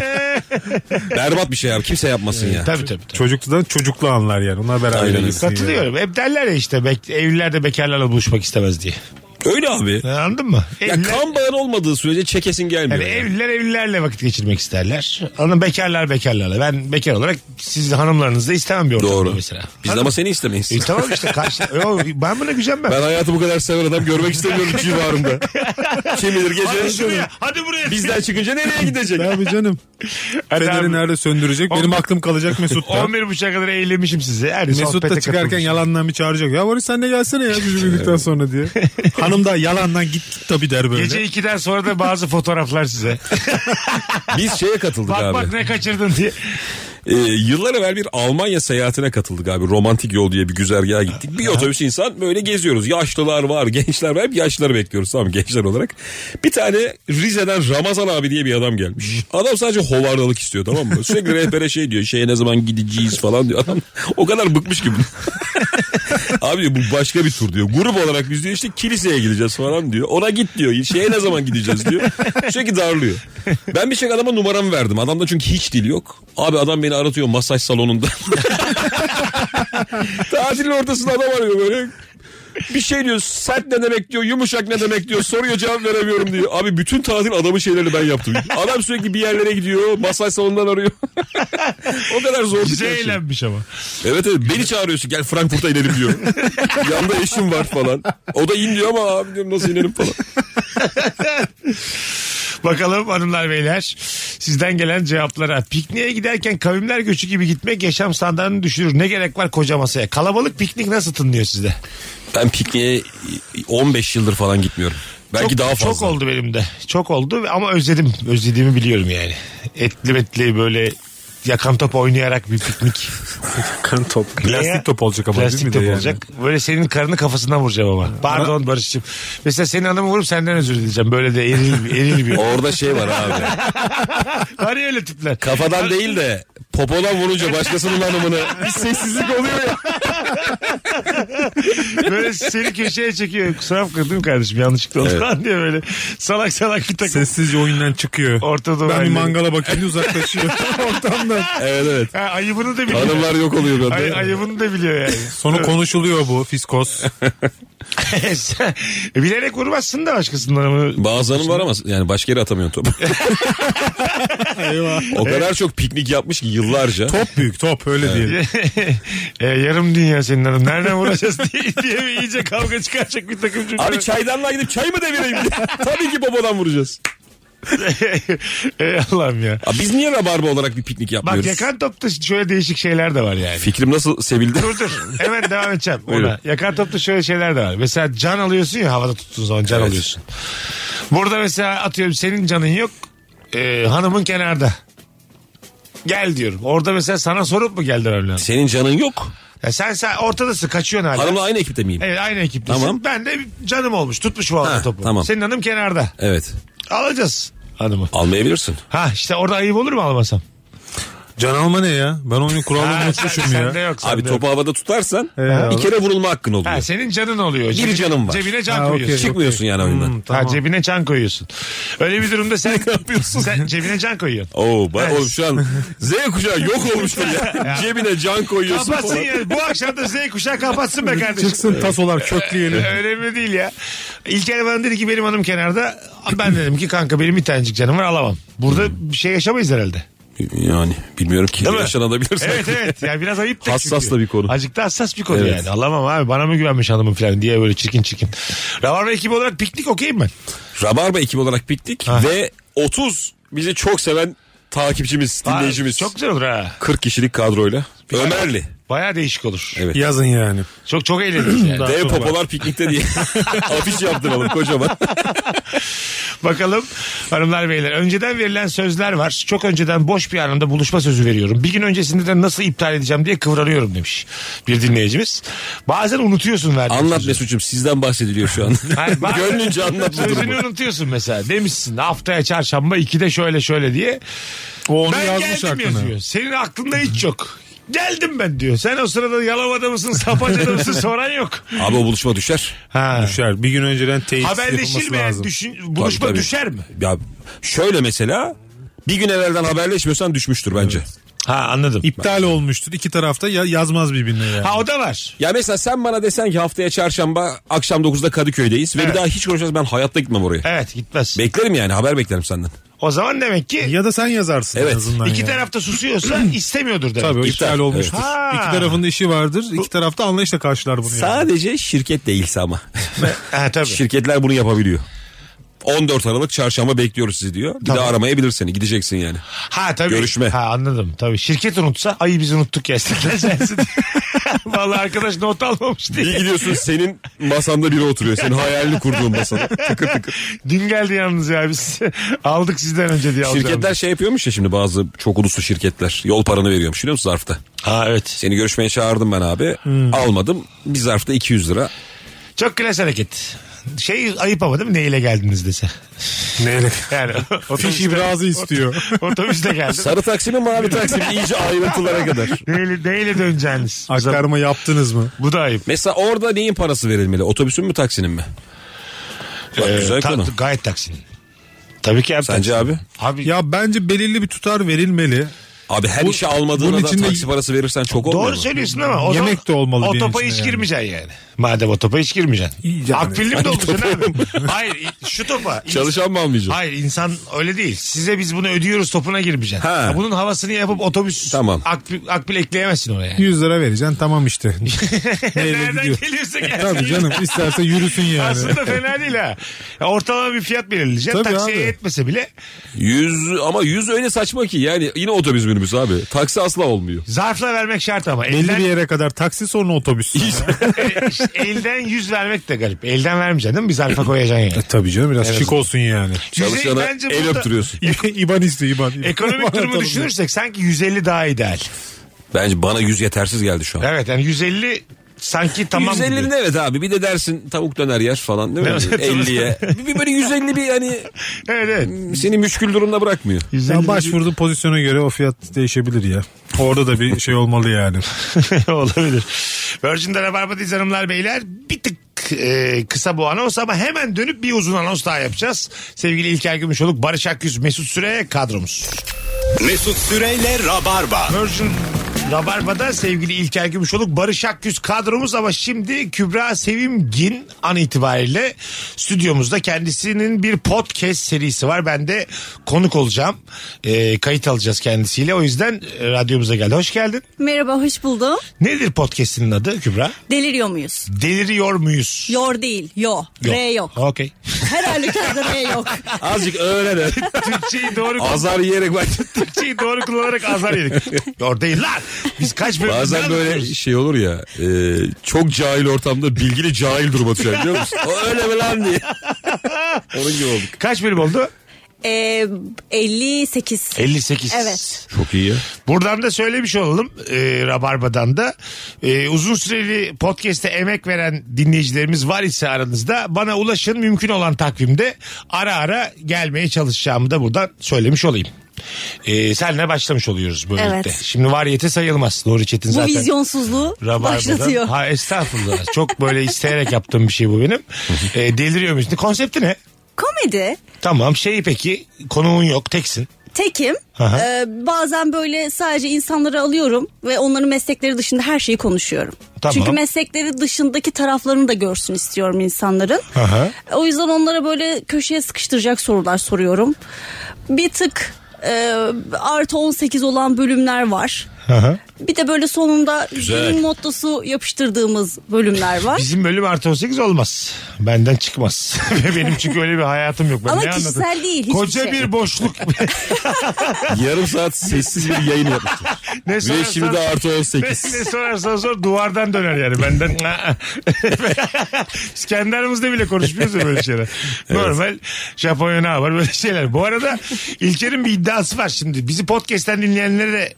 S3: Berbat bir şey abi. Kimse yapmasın ya.
S2: Tabii tabii. tabii.
S4: Çocukludan çocuklu anlar yani. Onlar beraber
S3: Aynen öyle.
S4: gitsin ya.
S2: Katılıyorum. Hep derler ya işte bek- evliler de bekarlarla buluşmak istemez diye.
S3: Öyle abi.
S2: Anladın mı?
S3: Ya
S2: Evliler,
S3: kan bağın olmadığı sürece çekesin gelmiyor.
S2: yani
S3: yani.
S2: evliler evlilerle vakit geçirmek isterler. Anladın bekarlar bekarlarla. Ben bekar olarak siz hanımlarınızı da istemem bir ortamda
S3: Doğru.
S2: mesela.
S3: Biz de
S2: Anladın
S3: ama
S2: mı?
S3: seni istemeyiz.
S2: E, tamam işte karşı. Yo, ben buna gücenmem.
S3: Ben hayatı bu kadar seven adam görmek istemiyorum civarımda. Kim bilir
S2: Hadi
S3: gece
S2: şuraya. Hadi buraya.
S3: bizden çıkınca nereye gidecek?
S4: Tabii canım.
S2: Hadi
S4: Feneri
S2: abi.
S4: nerede söndürecek? Benim aklım kalacak Mesut'ta.
S2: 11.30'a kadar eğlenmişim sizi. Yani
S4: Mesut
S2: sohbete
S4: da çıkarken
S2: katılmışım.
S4: yalandan bir çağıracak. Ya Barış sen de gelsene ya bizi bildikten sonra diye. Hanım da yalandan git git tabii der böyle.
S2: Gece 2'den sonra da bazı fotoğraflar size.
S3: Biz şeye katıldık
S2: bak
S3: abi.
S2: bak ne kaçırdın diye.
S3: Ee, yıllar evvel bir Almanya seyahatine katıldık abi. Romantik yol diye bir güzergaha gittik. Bir otobüs insan böyle geziyoruz. Yaşlılar var, gençler var. Hep yaşlıları bekliyoruz tamam mı? gençler olarak. Bir tane Rize'den Ramazan abi diye bir adam gelmiş. Adam sadece hovardalık istiyor tamam mı? Sürekli rehbere şey diyor. Şeye ne zaman gideceğiz falan diyor. Adam o kadar bıkmış ki bunu. Abi diyor, bu başka bir tur diyor. Grup olarak biz diyor işte kiliseye gideceğiz falan diyor. Ona git diyor. Şeye ne zaman gideceğiz diyor. Sürekli darlıyor. Ben bir şey adama numaramı verdim. Adamda çünkü hiç dil yok. Abi adam beni aratıyor masaj salonunda. Tatilin ortasında adam arıyor böyle. Bir şey diyor sert ne demek diyor yumuşak ne demek diyor soruyor cevap veremiyorum diyor. Abi bütün tatil adamın şeylerini ben yaptım. Adam sürekli bir yerlere gidiyor masaj salonundan arıyor. o kadar zor. bir
S2: Güzel
S3: şey.
S2: eğlenmiş ama.
S3: Evet evet beni çağırıyorsun gel Frankfurt'a inelim diyor. Yanında eşim var falan. O da in diyor ama abi diyorum nasıl inelim falan.
S2: Bakalım hanımlar beyler sizden gelen cevaplara. Pikniğe giderken kavimler göçü gibi gitmek yaşam standartını düşürür. Ne gerek var koca masaya? Kalabalık piknik nasıl tınlıyor sizde?
S3: Ben pikniğe 15 yıldır falan gitmiyorum. Belki
S2: çok,
S3: daha fazla.
S2: Çok oldu benim de. Çok oldu ama özledim. Özlediğimi biliyorum yani. Etli metli böyle yakan top oynayarak bir piknik.
S4: Kan top.
S2: Veya
S4: Plastik top olacak ama değil
S2: Plastik
S4: mi de
S2: top
S4: yani?
S2: olacak. Böyle senin karını kafasından vuracağım ama. Pardon Barış'cığım. Mesela senin adamı vurup senden özür dileyeceğim. Böyle de eril, eril bir.
S3: Orada şey var abi.
S2: Var ya öyle tipler.
S3: Kafadan değil de popodan vurunca başkasının hanımını bir şey- sessizlik oluyor ya.
S2: Böyle seni köşeye çekiyor. Kusura bakma değil mi kardeşim yanlışlıkla oldu falan diye böyle salak salak bir takım.
S4: Sessizce oyundan çıkıyor.
S2: Orta Doğu
S4: ben bir
S2: aileleri.
S4: mangala bakayım diye uzaklaşıyor ortamdan.
S3: Evet evet.
S2: Ha, ayıbını da biliyor.
S3: Hanımlar yok oluyor bende.
S2: Ay- ayıbını da biliyor yani.
S4: Sonra konuşuluyor bu fiskos.
S2: Sen- Bilerek vurmazsın da başkasından ama.
S3: Bazı hanım var ama yani başka yere atamıyor topu.
S4: Eyvah.
S3: o kadar çok piknik yapmış ki yıllarca.
S4: Top büyük top öyle diyelim.
S2: e, yarım dünya senin hanım. Nereden vuracağız diye, diye bir iyice kavga çıkaracak bir takım cümle.
S3: Abi çaydanlığa gidip çay mı devireyim diye. Tabii ki popodan vuracağız.
S2: Ey E, Allah'ım ya.
S3: Abi biz niye rabarba olarak bir piknik
S2: Bak
S3: yapmıyoruz?
S2: yakan topta şöyle değişik şeyler de var yani.
S3: E, Fikrim nasıl sevildi?
S2: Dur dur. Hemen devam edeceğim
S3: Buyurun.
S2: ona. Yakan topta şöyle şeyler de var. Mesela can alıyorsun ya havada tuttuğun zaman can
S3: Evet.
S2: alıyorsun. Burada mesela atıyorum senin canın yok. e, hanımın kenarda. Gel diyorum. Orada mesela sana sorup mu geldi Ravlan?
S3: Senin canın yok.
S2: Ya sen sen ortadasın kaçıyorsun hala.
S3: Hanımla aynı ekipte miyim? Evet.
S2: Evet aynı ekiptesin.
S3: Tamam.
S2: Ben de canım olmuş tutmuşum havada
S3: Ha,
S2: topu.
S3: tamam.
S2: Senin hanım kenarda. Alacağız hanımı.
S3: Almayabilirsin.
S2: Ha işte orada ayıp olur mu almasam?
S4: Can alma ne ya? Ben onun kuralını
S2: Ha,
S4: unutmuşum ya.
S2: sende yok.
S3: Abi
S2: sende
S3: topu
S2: yok.
S3: havada tutarsan
S4: Eyvallah.
S3: bir kere vurulma hakkın oluyor.
S2: Ha, senin canın oluyor.
S3: Bir canım var.
S2: Cebine can
S4: Ha, okey.
S2: koyuyorsun.
S3: Çıkmıyorsun yani oyundan.
S4: Hmm, tamam.
S2: Ha, cebine can koyuyorsun. Öyle bir durumda sen ne yapıyorsun? Sen cebine can koyuyorsun.
S3: Oo bak
S2: Ha,
S3: oğlum şu an Z kuşağı yok olmuştur ya. Cebine can koyuyorsun
S2: Kapatsın
S3: falan.
S2: ya. Bu akşam da Z kuşağı kapatsın be kardeşim.
S4: Çıksın tasolar kökleyelim.
S2: Önemli değil ya. İlker bana dedi ki benim hanım kenarda. Ben dedim ki kanka benim bir tanecik canım var alamam. Burada bir şey yaşamayız herhalde.
S3: Yani bilmiyorum ki
S2: mi?
S3: yaşanabilir.
S2: Evet evet. Yani biraz ayıp da
S3: Hassas
S2: çünkü.
S3: da bir konu.
S2: Azıcık da hassas bir konu
S3: Evet.
S2: yani. Alamam abi bana mı güvenmiş hanımın falan diye böyle çirkin çirkin. Ravarva ekibi olarak piknik okeyim ben.
S3: Rabarba ekibi olarak piknik
S2: Ha.
S3: ve 30 bizi çok seven takipçimiz, dinleyicimiz.
S2: Aa, Çok güzel olur ha.
S3: 40 kişilik kadroyla. Ömerli.
S2: Baya değişik olur.
S3: Evet.
S4: Yazın yani.
S2: Çok çok eğleniriz yani.
S3: Dev popolar piknikte diye afiş yaptıralım kocaman.
S2: Bakalım hanımlar beyler. Önceden verilen sözler var. Çok önceden boş bir anında buluşma sözü veriyorum. Bir gün öncesinde de nasıl iptal edeceğim diye kıvranıyorum demiş bir dinleyicimiz. Bazen unutuyorsun verdiğin
S3: Anlat
S2: sözü.
S3: Mesut'cum sizden bahsediliyor şu an.
S2: Hayır, bazen
S3: Gönlünce anlat bu durumu.
S2: Sözünü unutuyorsun mesela. Demişsin haftaya çarşamba 2'de şöyle şöyle diye.
S4: O onu
S2: ben
S4: yazmış
S2: geldim
S4: aklına.
S2: yazıyor. Senin aklında hiç yok. Geldim ben diyor. Sen o sırada yalamada mısın, sapacada mısın soran yok.
S3: Abi o buluşma düşer.
S2: Ha.
S4: Düşer. Bir gün önceden tesis yapılması
S2: Haberleşilmeyen
S4: lazım.
S2: düşün, buluşma
S3: Tabii, tabii.
S2: düşer mi?
S3: Ya şöyle mesela bir gün evvelden haberleşmiyorsan düşmüştür bence.
S2: Ha anladım.
S4: İptal olmuştur. İki tarafta ya yazmaz birbirine yani.
S2: Ha o da var.
S3: Ya mesela sen bana desen ki haftaya çarşamba akşam 9'da Kadıköy'deyiz ve
S2: Evet.
S3: bir daha hiç konuşacağız ben hayatta gitmem oraya.
S2: Evet gitmez.
S3: Beklerim yani haber beklerim senden.
S2: o zaman demek ki
S4: Ya da sen yazarsın
S3: Evet.
S4: en azından.
S2: iki
S4: yani.
S2: tarafta susuyorsa istemiyordur demek.
S4: Tabii o
S3: İptal.
S4: iptal olmuştur.
S2: Evet. Ha.
S4: İki tarafın da işi vardır. İki tarafta anlayışla karşılar bunu. yani.
S3: Sadece şirket değilse ama.
S2: Ha, tabii.
S3: Şirketler bunu yapabiliyor. 14 Aralık çarşamba bekliyoruz sizi diyor. Bir
S2: Tamam.
S3: daha aramayabilir seni gideceksin yani.
S2: Ha tabii.
S3: Görüşme.
S2: Ha anladım. Tabii şirket unutsa ay biz unuttuk ya sizden sensin. Vallahi arkadaş not almamış
S3: İyi
S2: diye.
S3: gidiyorsun senin masanda biri oturuyor. Senin hayalini kurduğun masada. Tıkır tıkır.
S2: Dün geldi yalnız ya biz. Aldık sizden önce diye alacağım.
S3: Şirketler şey yapıyormuş ya şimdi bazı çok uluslu şirketler. Yol paranı veriyormuş biliyor musun zarfta?
S2: Ha evet.
S3: Seni görüşmeye çağırdım ben abi.
S2: Hmm.
S3: Almadım. Bir zarfta 200 lira.
S2: Çok klas hareket. Şey ayıp ama değil mi? Neyle geldiniz dese.
S4: Neyle?
S2: Yani
S4: Fiş
S2: otobüsle,
S4: ibrazı istiyor.
S2: otobüsle geldim.
S3: Sarı taksi mi mavi taksi mi iyice ayrıntılara kadar.
S2: neyle, neyle döneceğiniz?
S4: Aktarma yaptınız mı?
S2: Bu da ayıp.
S3: Mesela orada neyin parası verilmeli? Otobüsün mü taksinin mi? Bak, güzel
S2: Ee, Ta-
S3: konu.
S2: Gayet Taksim. Tabii ki abi.
S3: Sence
S2: Taksim.
S3: abi?
S2: Abi
S4: Ya bence belirli bir tutar verilmeli.
S3: Abi her
S4: Bu-
S3: işe almadığına
S4: bunun
S3: da
S4: içinde-
S3: taksi parası verirsen çok olmuyor
S2: Doğru
S3: mu?
S2: söylüyorsun ama o
S4: Yemek de olmalı bir
S2: Otopa
S4: yerin
S2: hiç
S4: içinde yani.
S2: girmeyeceksin yani. Madem otopa hiç girmeyeceksin.
S4: Yani.
S2: Akbilli mi de
S3: Hangi
S2: olacaksın
S3: topa
S2: abi? Hayır şu topa.
S3: Çalışan mı almayacaksın?
S2: Hayır insan öyle değil. Size biz bunu ödüyoruz topuna girmeyeceksin.
S3: Ha.
S2: Ha. Bunun havasını yapıp otobüs
S3: Tamam.
S2: akbil, akbil ekleyemezsin oraya.
S4: 100 lira vereceksin tamam işte. Neyle
S2: Nereden
S4: gidiyor?
S2: gelirse gelsin.
S4: Tabii canım isterse yürüsün yani.
S2: Aslında fena değil ha. Ya Ortalama bir fiyat belirleyeceksin.
S4: Tabii
S2: Taksiye
S4: abi.
S2: yetmese bile
S3: Yüz ama yüz öyle saçma ki yani yine otobüs minibüsü abi. Taksi asla olmuyor.
S2: zarfla vermek şart ama.
S4: Belli
S2: Elden, E,
S4: bir yere kadar taksi sonra otobüs.
S2: işte elden yüz vermek de garip. Elden vermeyeceksin değil mi? Bir zarfa koyacaksın yani.
S4: E, Tabii canım biraz şık olsun yani.
S2: Yüzey
S3: Çalışana
S2: bence
S3: el
S2: burada-
S3: öptürüyorsun.
S4: İban istiyor İban.
S2: Ekonomik durumu düşünürsek sanki 150 daha ideal.
S3: Bence bana yüz yetersiz geldi şu an.
S2: Evet yani 150 sanki tamam
S3: 150
S2: gibi.
S3: de evet abi bir de dersin tavuk döner yer falan değil mi?
S2: Evet.
S3: 50'ye. Bir böyle 150 bir hani
S2: Evet evet.
S3: seni müşkül durumda bırakmıyor.
S2: 150
S4: Ya başvurduğun pozisyona göre o fiyat değişebilir ya. Orada da bir şey olmalı yani.
S2: olabilir. Virgin'de Rabarba'dayız hanımlar beyler. Bir tık e, kısa bu anons ama hemen dönüp bir uzun anons daha yapacağız. Sevgili İlker Gümüşoluk, Barış Akgüz, Mesut Süre kadromuz.
S1: Mesut Süreyle Rabarba.
S2: Virgin Rabarba'da sevgili İlker Gümüşoluk, Barış Akgüz kadromuz ama şimdi Kübra Sevimgin an itibariyle stüdyomuzda kendisinin bir podcast serisi var. Ben de konuk olacağım. E, kayıt alacağız kendisiyle. O yüzden e, radyomuza geldi. Hoş geldin.
S10: Merhaba hoş buldum.
S2: Nedir podcast'inin adı Kübra?
S10: Deliriyor muyuz?
S2: Deliriyor muyuz?
S10: Yor değil. Yo. R yok.
S2: Okey.
S10: Her halükarda R yok.
S3: Azıcık öğren.
S2: Türkçeyi doğru
S3: Azar yiyerek bak.
S2: Türkçeyi doğru kullanarak azar yedik. Yor değil lan. Biz kaç bölümden
S3: Bazen böyle
S2: anlatıyoruz?
S3: şey olur ya e, çok cahil ortamda bilgili cahil duruma düşer biliyor musun? O öyle mi lan diye. Onun gibi olduk.
S2: Kaç bölüm oldu?
S10: Ee, 58.
S2: 58.
S10: Evet.
S3: Çok iyi ya.
S2: Buradan da söylemiş olalım e, Rabarba'dan da. E, uzun süreli podcast'e emek veren dinleyicilerimiz var ise aranızda bana ulaşın mümkün olan takvimde ara ara gelmeye çalışacağımı da buradan söylemiş olayım. E, senle başlamış oluyoruz böylelikle.
S10: Evet.
S2: Şimdi variyete sayılmaz. Doğru Çetin
S10: Bu
S2: zaten.
S10: vizyonsuzluğu
S2: Rabarba'dan.
S10: başlatıyor.
S2: Ha estağfurullah. Çok böyle isteyerek yaptığım bir şey bu benim. E, deliriyorum işte. Konsepti ne?
S10: Komedi.
S2: Tamam şey peki konuğun yok teksin.
S10: Tekim.
S2: Aha.
S10: Ee, bazen böyle sadece insanları alıyorum ve onların meslekleri dışında her şeyi konuşuyorum.
S2: Tamam.
S10: Çünkü meslekleri dışındaki taraflarını da görsün istiyorum insanların.
S2: Aha.
S10: O yüzden onlara böyle köşeye sıkıştıracak sorular soruyorum. Bir tık e, artı 18 olan bölümler var.
S2: Aha.
S10: Bir de böyle sonunda
S3: Güzel.
S10: günün mottosu yapıştırdığımız bölümler var.
S2: Bizim bölüm artı 18 olmaz. Benden çıkmaz. Benim çünkü öyle bir hayatım yok. Ben
S10: Ama
S2: ne anlatayım?
S10: kişisel değil, hiçbir
S2: Koca
S10: şey.
S2: bir boşluk.
S3: Yarım saat sessiz bir yayın yapmıştım.
S2: ne
S3: Ve şimdi de artı 18.
S2: ne sorarsan sor duvardan döner yani benden. İskender'imizde bile konuşmuyoruz ya böyle şeyler. Normal Japonya ne var böyle şeyler. Bu arada İlker'in bir iddiası var şimdi. Bizi podcast'ten dinleyenlere de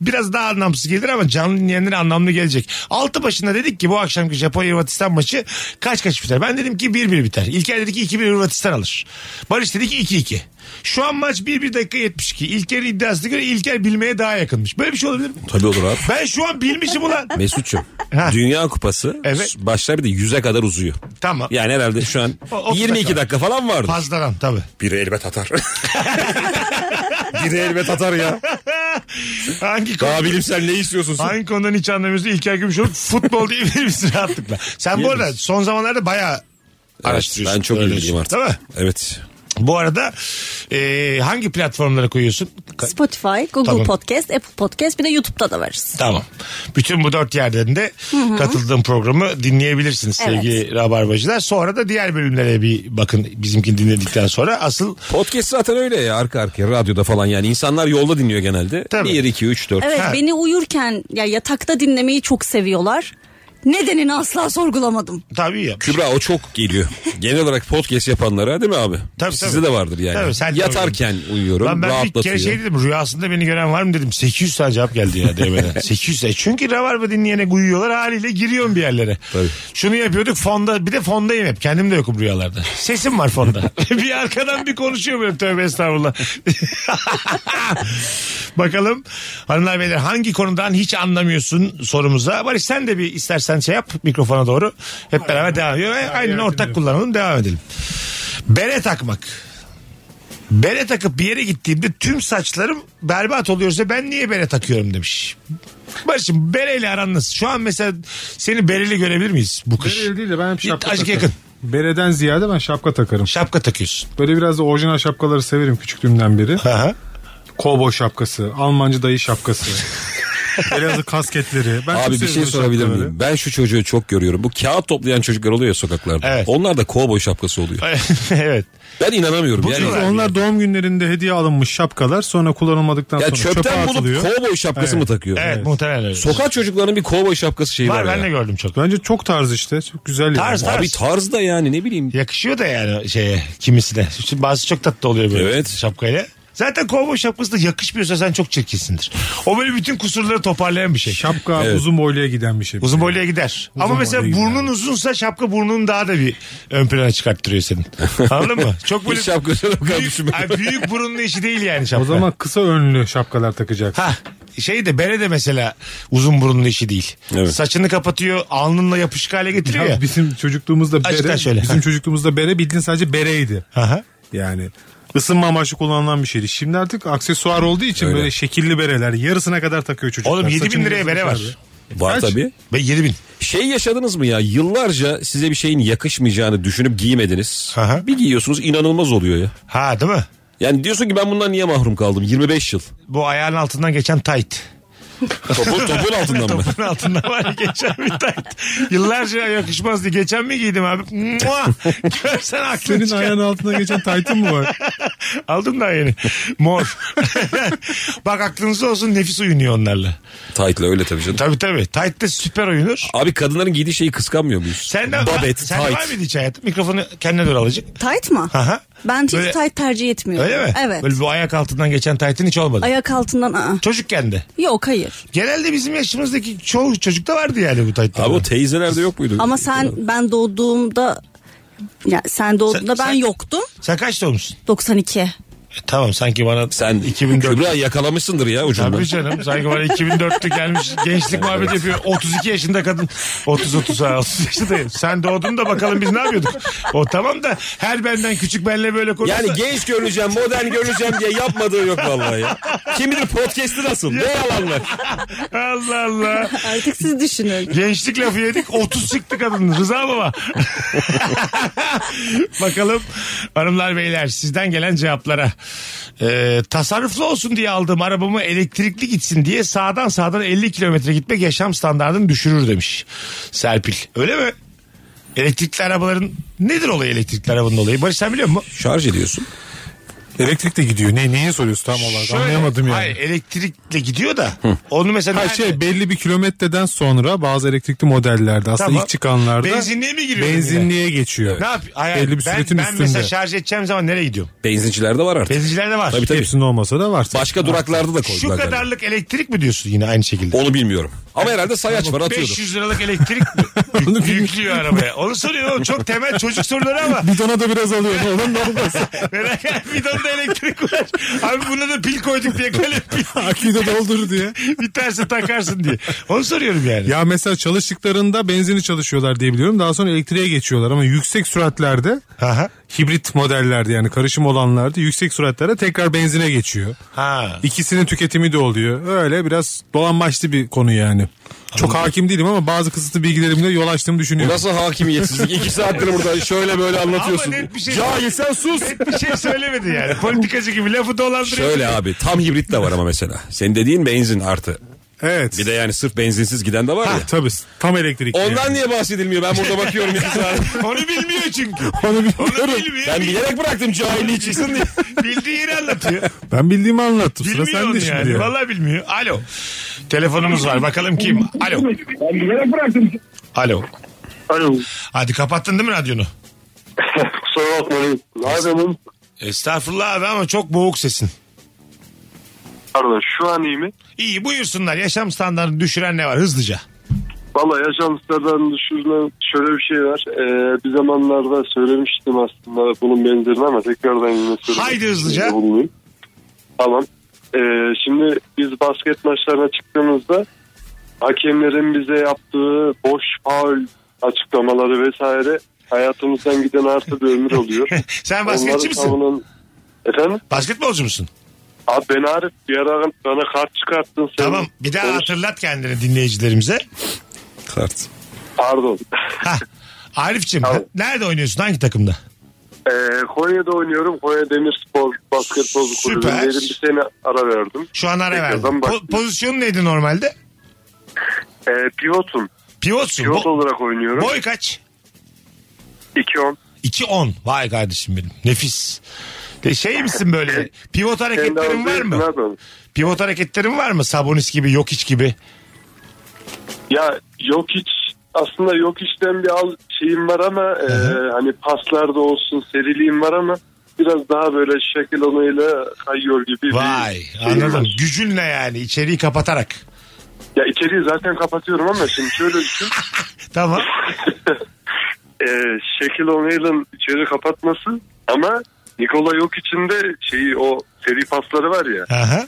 S2: biraz daha anlamsız gelir ama canlı dinleyenlere anlamlı gelecek. Altı başında dedik ki bu akşamki Japonya Hırvatistan maçı kaç kaç biter? Ben dedim ki 1-1 biter. İlker dedi ki 2-1 Hırvatistan alır. Barış dedi ki 2-2. Şu an maç 1-1 dakika 72. İlker'in iddiasına göre İlker bilmeye daha yakınmış. Böyle bir şey olabilir mi?
S3: Tabii olur abi.
S2: Ben şu an bilmişim ulan.
S3: Mesut'cum
S2: Ha.
S3: Dünya Kupası
S2: Evet.
S3: başlar bir de 100'e kadar uzuyor.
S2: Tamam.
S3: Yani herhalde şu an
S2: O- otuz
S3: 22
S2: dakika.
S3: dakika falan vardı.
S2: Fazladan tabii.
S3: Biri elbet atar. Biri elbet atar ya.
S2: Hangi konu?
S3: Daha bilimsel ne istiyorsun sen?
S2: Hangi konudan hiç anlamıyorsun? İlker Gümüşoluk futbol diyebilir misin rahatlıkla? Sen bu
S3: Diyebiliriz.
S2: arada son zamanlarda bayağı
S3: Evet,
S2: araştırıyorsun.
S3: ben çok ilgiliyim
S2: öğreniyorsun.
S3: artık.
S2: Değil mi?
S3: Evet.
S2: Bu arada e, hangi platformlara koyuyorsun? Ka-
S10: Spotify, Google
S2: Tamam.
S10: Podcast, Apple Podcast bir de YouTube'da da varız.
S2: Tamam. Bütün bu dört yerden de katıldığım programı dinleyebilirsiniz
S10: Evet.
S2: sevgili rabarbacılar. Sonra da diğer bölümlere bir bakın bizimkini dinledikten sonra asıl
S3: Podcast zaten öyle ya arka arkaya radyoda falan yani insanlar yolda dinliyor genelde.
S2: Tabii.
S3: 1, 2, 3, 4.
S10: Evet beni uyurken ya yatakta dinlemeyi çok seviyorlar. Nedenini asla sorgulamadım.
S2: tabii ya.
S3: Kübra o çok geliyor. Genel olarak podcast yapanlara değil mi abi?
S2: Tabii,
S3: Sizde
S2: tabii.
S3: de vardır yani.
S2: Tabii, sen de
S3: Yatarken uyuyorum
S2: Lan ben bir
S3: rahatlatıyor.
S2: kere şey dedim rüyasında beni gören var mı dedim. 800 tane cevap geldi ya DM'den. 800 tane. e Çünkü rabarba dinleyene uyuyorlar haliyle giriyorum bir yerlere.
S3: Tabii.
S2: Şunu yapıyorduk fonda bir de fondayım hep. Kendim de yokum rüyalarda. Sesim var fonda. bir arkadan bir konuşuyor böyle tövbe estağfurullah. Bakalım hanımlar beyler hangi konudan hiç anlamıyorsun sorumuza. Barış sen de bir istersen şey yap mikrofona doğru. Hep beraber devam ediyor. Aynen ortak kullanalım devam edelim. Bere takmak. Bere takıp bir yere gittiğimde tüm saçlarım berbat oluyorsa ben niye bere takıyorum demiş. Barış'ım bereyle aran nasıl? Şu an mesela seni bereli görebilir miyiz bu kış?
S4: Bereli değil de ben hep
S2: Git,
S4: şapka
S2: azıcık
S4: takarım.
S2: yakın.
S4: Bereden ziyade ben şapka takarım.
S2: Şapka takıyorsun.
S4: Böyle biraz da orijinal şapkaları severim küçüklüğümden beri.
S2: Aha.
S4: Kovboy şapkası, Almancı dayı şapkası. Elazığ kasketleri. Ben çok
S3: Abi bir şey
S4: seviyorum
S3: sorabilir
S4: şapkaları.
S3: miyim? Ben şu çocuğu çok görüyorum. Bu kağıt toplayan çocuklar oluyor ya sokaklarda.
S2: Evet.
S3: Onlar da kovboy şapkası oluyor.
S2: evet.
S3: Ben inanamıyorum.
S4: Çünkü
S3: yani.
S4: onlar doğum günlerinde hediye alınmış şapkalar sonra kullanılmadıktan
S3: Ya
S4: sonra çöpe
S3: çöpten bulup
S4: atılıyor.
S3: kovboy şapkası mı takıyor?
S2: Evet, muhtemelen öyle.
S3: Sokak çocuklarının bir kovboy şapkası şeyi var,
S2: var ben
S3: ya.
S2: de gördüm çok.
S4: Bence çok tarz işte. Çok güzel
S2: Tarz,
S4: yani.
S2: tarz.
S3: Abi tarz da yani ne bileyim.
S2: Yakışıyor da yani şeye kimisine. Şimdi bazı çok tatlı oluyor böyle
S3: Evet.
S2: şapkayla. Zaten kovboy şapkası da yakışmıyorsa sen çok çirkinsindir. O böyle bütün kusurları toparlayan bir şey.
S4: Şapka uzun boyluya giden bir şey.
S2: Uzun boyluya gider.
S4: Uzun
S2: Ama mesela
S4: boyluya
S2: burnun uzunsa şapka burnunu daha da bir ön plana çıkarttırıyor senin. Anladın mı? Çok böyle
S3: Hiç şapkasını o kadar
S2: büyük,
S3: düşünmedim.
S2: Ay, büyük burunlu işi değil yani şapka.
S4: O zaman kısa önlü şapkalar takacaksın.
S2: Ha şey de bere de mesela uzun burunlu işi değil.
S3: Evet.
S2: Saçını kapatıyor alnınla yapışık hale getiriyor ya.
S4: Ya bizim çocukluğumuzda
S2: Açıktan
S4: bere,
S2: şöyle.
S4: bizim çocukluğumuzda bere bildiğin sadece bereydi.
S2: Aha.
S4: Yani ısınma amaçlı kullanılan bir şeydi. Şimdi artık aksesuar olduğu için
S3: Öyle.
S4: böyle şekilli bereler yarısına kadar takıyor çocuklar.
S2: Oğlum 7 bin
S4: Saçın
S2: liraya bere
S4: yarısına
S2: var.
S4: kadar.
S3: Var
S4: Kaç?
S3: tabii.
S2: Ve 7 bin.
S3: Şey yaşadınız mı ya yıllarca size bir şeyin yakışmayacağını düşünüp giymediniz.
S2: Aha.
S3: Bir giyiyorsunuz inanılmaz oluyor ya.
S2: Ha değil mi?
S3: Yani diyorsun ki ben bundan niye mahrum kaldım 25 yıl.
S2: Bu ayağın altından geçen tight.
S3: Topu, topun altından mı?
S2: Topun altında var ya geçen bir tight. Yıllarca yakışmazdı. Geçen mi giydim abi? Mua! Görsen aklın
S4: Senin
S2: çıkar.
S4: ayağın altına geçen taytın mı var?
S2: Aldım daha yeni. Mor. Bak aklınızda olsun nefis oynuyor onlarla.
S3: Tight'la öyle tabii canım.
S2: Tabii tabii. Tight de süper oyunur.
S3: Abi kadınların giydiği şeyi kıskanmıyor muyuz?
S2: Sen de,
S3: Babet,
S2: sen de var
S3: tight.
S2: mıydı hiç hayatım? Mikrofonu kendine doğru alacak.
S10: Tight mı?
S2: Aha.
S10: Ben hiç
S2: Böyle-
S10: tight tercih etmiyorum.
S2: Öyle mi?
S10: Evet.
S2: Böyle bu ayak altından geçen taytın hiç olmadı.
S10: Ayak altından aa.
S2: Çocukken de.
S10: Yok hayır.
S2: Genelde bizim yaşımızdaki çoğu çocukta vardı yani bu taytlar.
S3: Abi o teyzelerde yok muydu?
S10: Ama sen ben doğduğumda ya sen doğduğunda
S2: Sen-
S10: ben
S2: sen-
S10: yoktum.
S2: Sen kaç doğmuşsun?
S10: 92.
S2: E, tamam sanki bana
S3: Sen
S2: 2004.
S3: Kübra yakalamışsındır ya ucundan.
S2: Tabii canım. Sanki bana 2004'lü gelmiş gençlik muhabbeti yapıyor. 32 yaşında kadın. 30 30 ha, 30 yaşındayım. Sen doğdun da bakalım biz ne yapıyorduk? O tamam da her benden küçük benle böyle konuşsa.
S3: Yani genç görüneceğim, modern görüneceğim diye yapmadığı yok vallahi ya. Kim bilir podcast'i nasıl? Ne yalanlar.
S2: Allah Allah.
S10: Artık siz düşünün.
S2: Gençlik lafı yedik 30 çıktı kadın Rıza baba. Bakalım hanımlar beyler sizden gelen cevaplara. Ee, tasarruflu olsun diye aldığım arabamı elektrikli gitsin diye sağdan sağdan 50 kilometre gitmek yaşam standartını düşürür demiş Serpil. Öyle mi? Elektrikli arabaların nedir olayı elektrikli arabanın olayı? Barış sen biliyor musun?
S3: Şarj ediyorsun.
S4: Elektrik de gidiyor. Ne, neyi soruyorsun tam olarak?
S2: Şöyle,
S4: Anlayamadım yani.
S2: Hayır elektrikle gidiyor da. Onu mesela
S4: Ha
S2: nerede-
S4: şey belli bir kilometreden sonra bazı elektrikli modellerde aslında
S2: Tamam.
S4: ilk çıkanlarda
S2: Benzinliğe mi giriyor?
S4: benzinliğe geçiyor.
S2: ne yap? Hayır,
S4: Belli bir
S2: ben,
S4: süretin
S2: ben
S4: üstünde.
S2: mesela şarj edeceğim zaman nereye gidiyorum?
S3: Benzincilerde var artık.
S2: Benzincilerde var.
S3: Tabii tabii.
S4: Hepsinde olmasa da var.
S3: Başka duraklarda da
S2: Şu
S3: koydular. galiba.
S2: kadarlık elektrik mi diyorsun yine aynı şekilde?
S3: Onu bilmiyorum. Ama herhalde sayaç var atıyordu.
S2: 500 liralık elektrik mi? Yük- yüklüyor arabaya. Onu soruyor oğlum. Çok temel çocuk soruları ama.
S4: Bidona da biraz alıyor. Ne olur ne olmaz.
S2: Merak etme, bidonda elektrik var. Abi buna da pil koyduk diye kalem pil.
S4: Aküyü de doldur diye.
S2: Biterse takarsın diye. Onu soruyorum yani.
S4: Ya mesela çalıştıklarında benzini çalışıyorlar diye biliyorum. Daha sonra elektriğe geçiyorlar ama yüksek süratlerde
S2: Aha.
S4: hibrit modellerde yani karışım olanlarda yüksek süratlerde tekrar benzine geçiyor.
S2: Ha.
S4: İkisinin tüketimi de oluyor. Öyle biraz dolanmaçlı bir konu yani. Çok hakim değilim ama bazı kısıtlı bilgilerimle yol açtığımı
S11: Bu
S4: düşünüyorum.
S11: nasıl hakimiyetsizlik? İki saattir burada şöyle böyle anlatıyorsun.
S2: Ama net bir şey-
S11: Cahil sen sus.
S2: Net bir şey söylemedi yani. Politikacı gibi lafı dolandırıyor.
S3: Şöyle abi tam hibrit de var ama mesela. Senin dediğin benzin artı.
S4: Evet.
S3: Bir de yani sırf benzinsiz giden de var ya.
S4: Tabii tam elektrik.
S3: Ondan niye bahsedilmiyor? Ben burada bakıyorum iki saat.
S2: Onu bilmiyor çünkü.
S4: Onu
S2: Onu
S4: bilmiyorum.
S2: bilmiyor.
S3: Ben bilerek bıraktım cahilliği çıksın diye.
S2: Bildiği yeri anlatıyor.
S4: Ben bildiğimi anlattım. Sıra
S2: Bilmiyor
S4: sende
S2: onu
S4: şimdi.
S2: yani.
S4: ya.
S2: Vallahi bilmiyor. Alo. Telefonumuz var. Bakalım kim? Alo.
S12: Ben bilerek bıraktım.
S2: Alo.
S12: Alo.
S2: Hadi kapattın değil mi radyonu?
S12: Kusura bakmayın. Ne yapalım?
S2: Estağfurullah abi ama çok boğuk sesin.
S12: Pardon şu an iyi mi?
S2: İyi buyursunlar. Yaşam standartını düşüren ne var hızlıca?
S12: Valla yaşam standartını düşürme şöyle bir şey var. Ee, bir zamanlarda söylemiştim aslında bunun benzerini ama tekrardan yine söyleyeyim.
S2: Haydi hızlıca.
S12: Bulunayım. Tamam. Ee, şimdi biz basket maçlarına çıktığımızda hakemlerin bize yaptığı boş faul açıklamaları vesaire hayatımızdan giden artı bir ömür oluyor.
S2: Sen basketçi
S12: Onları
S2: misin?
S12: savunan- Efendim?
S2: Basketbolcu musun?
S12: Abi ben Arif bir ara bana kart çıkarttın sen.
S2: Tamam. Bir daha hatırlat kendini dinleyicilerimize.
S3: Kart.
S12: Pardon.
S2: Arif'cim nerede oynuyorsun? Hangi takımda?
S12: Ee, Konya'da oynuyorum. Konya Demirspor basketbol
S2: Süper.
S12: kulübündeydim. Bir sene ara verdim.
S2: Şu an ara verdim.
S12: Tekrardan bak-
S2: Po- pozisyonun neydi normalde?
S12: Ee, pivotum.
S2: Pivotsun.
S12: Pivot
S2: Bo-
S12: olarak oynuyorum.
S2: Boy kaç?
S12: 2-10.
S2: 2-10. Vay kardeşim benim. Nefis. E şey misin böyle? Pivot hareketlerin var
S12: Ne
S2: mı?
S12: yapalım?
S2: Pivot hareketlerin var mı? Sabonis gibi, Jokic gibi.
S12: Ya yok hiç aslında yok işten bir al şeyim var ama e, hani paslarda olsun seriliğim var ama biraz daha böyle şekil onuyla kayıyor gibi. bir
S2: Vay
S12: şeyim
S2: anladım.
S12: var.
S2: Gücünle yani içeriği kapatarak.
S12: Ya içeriği zaten kapatıyorum ama şimdi şöyle düşün.
S2: Tamam.
S12: e, Şekil O'Neal'ın içeri kapatması ama Nikola yok içinde şeyi o seri pasları var ya.
S2: Aha.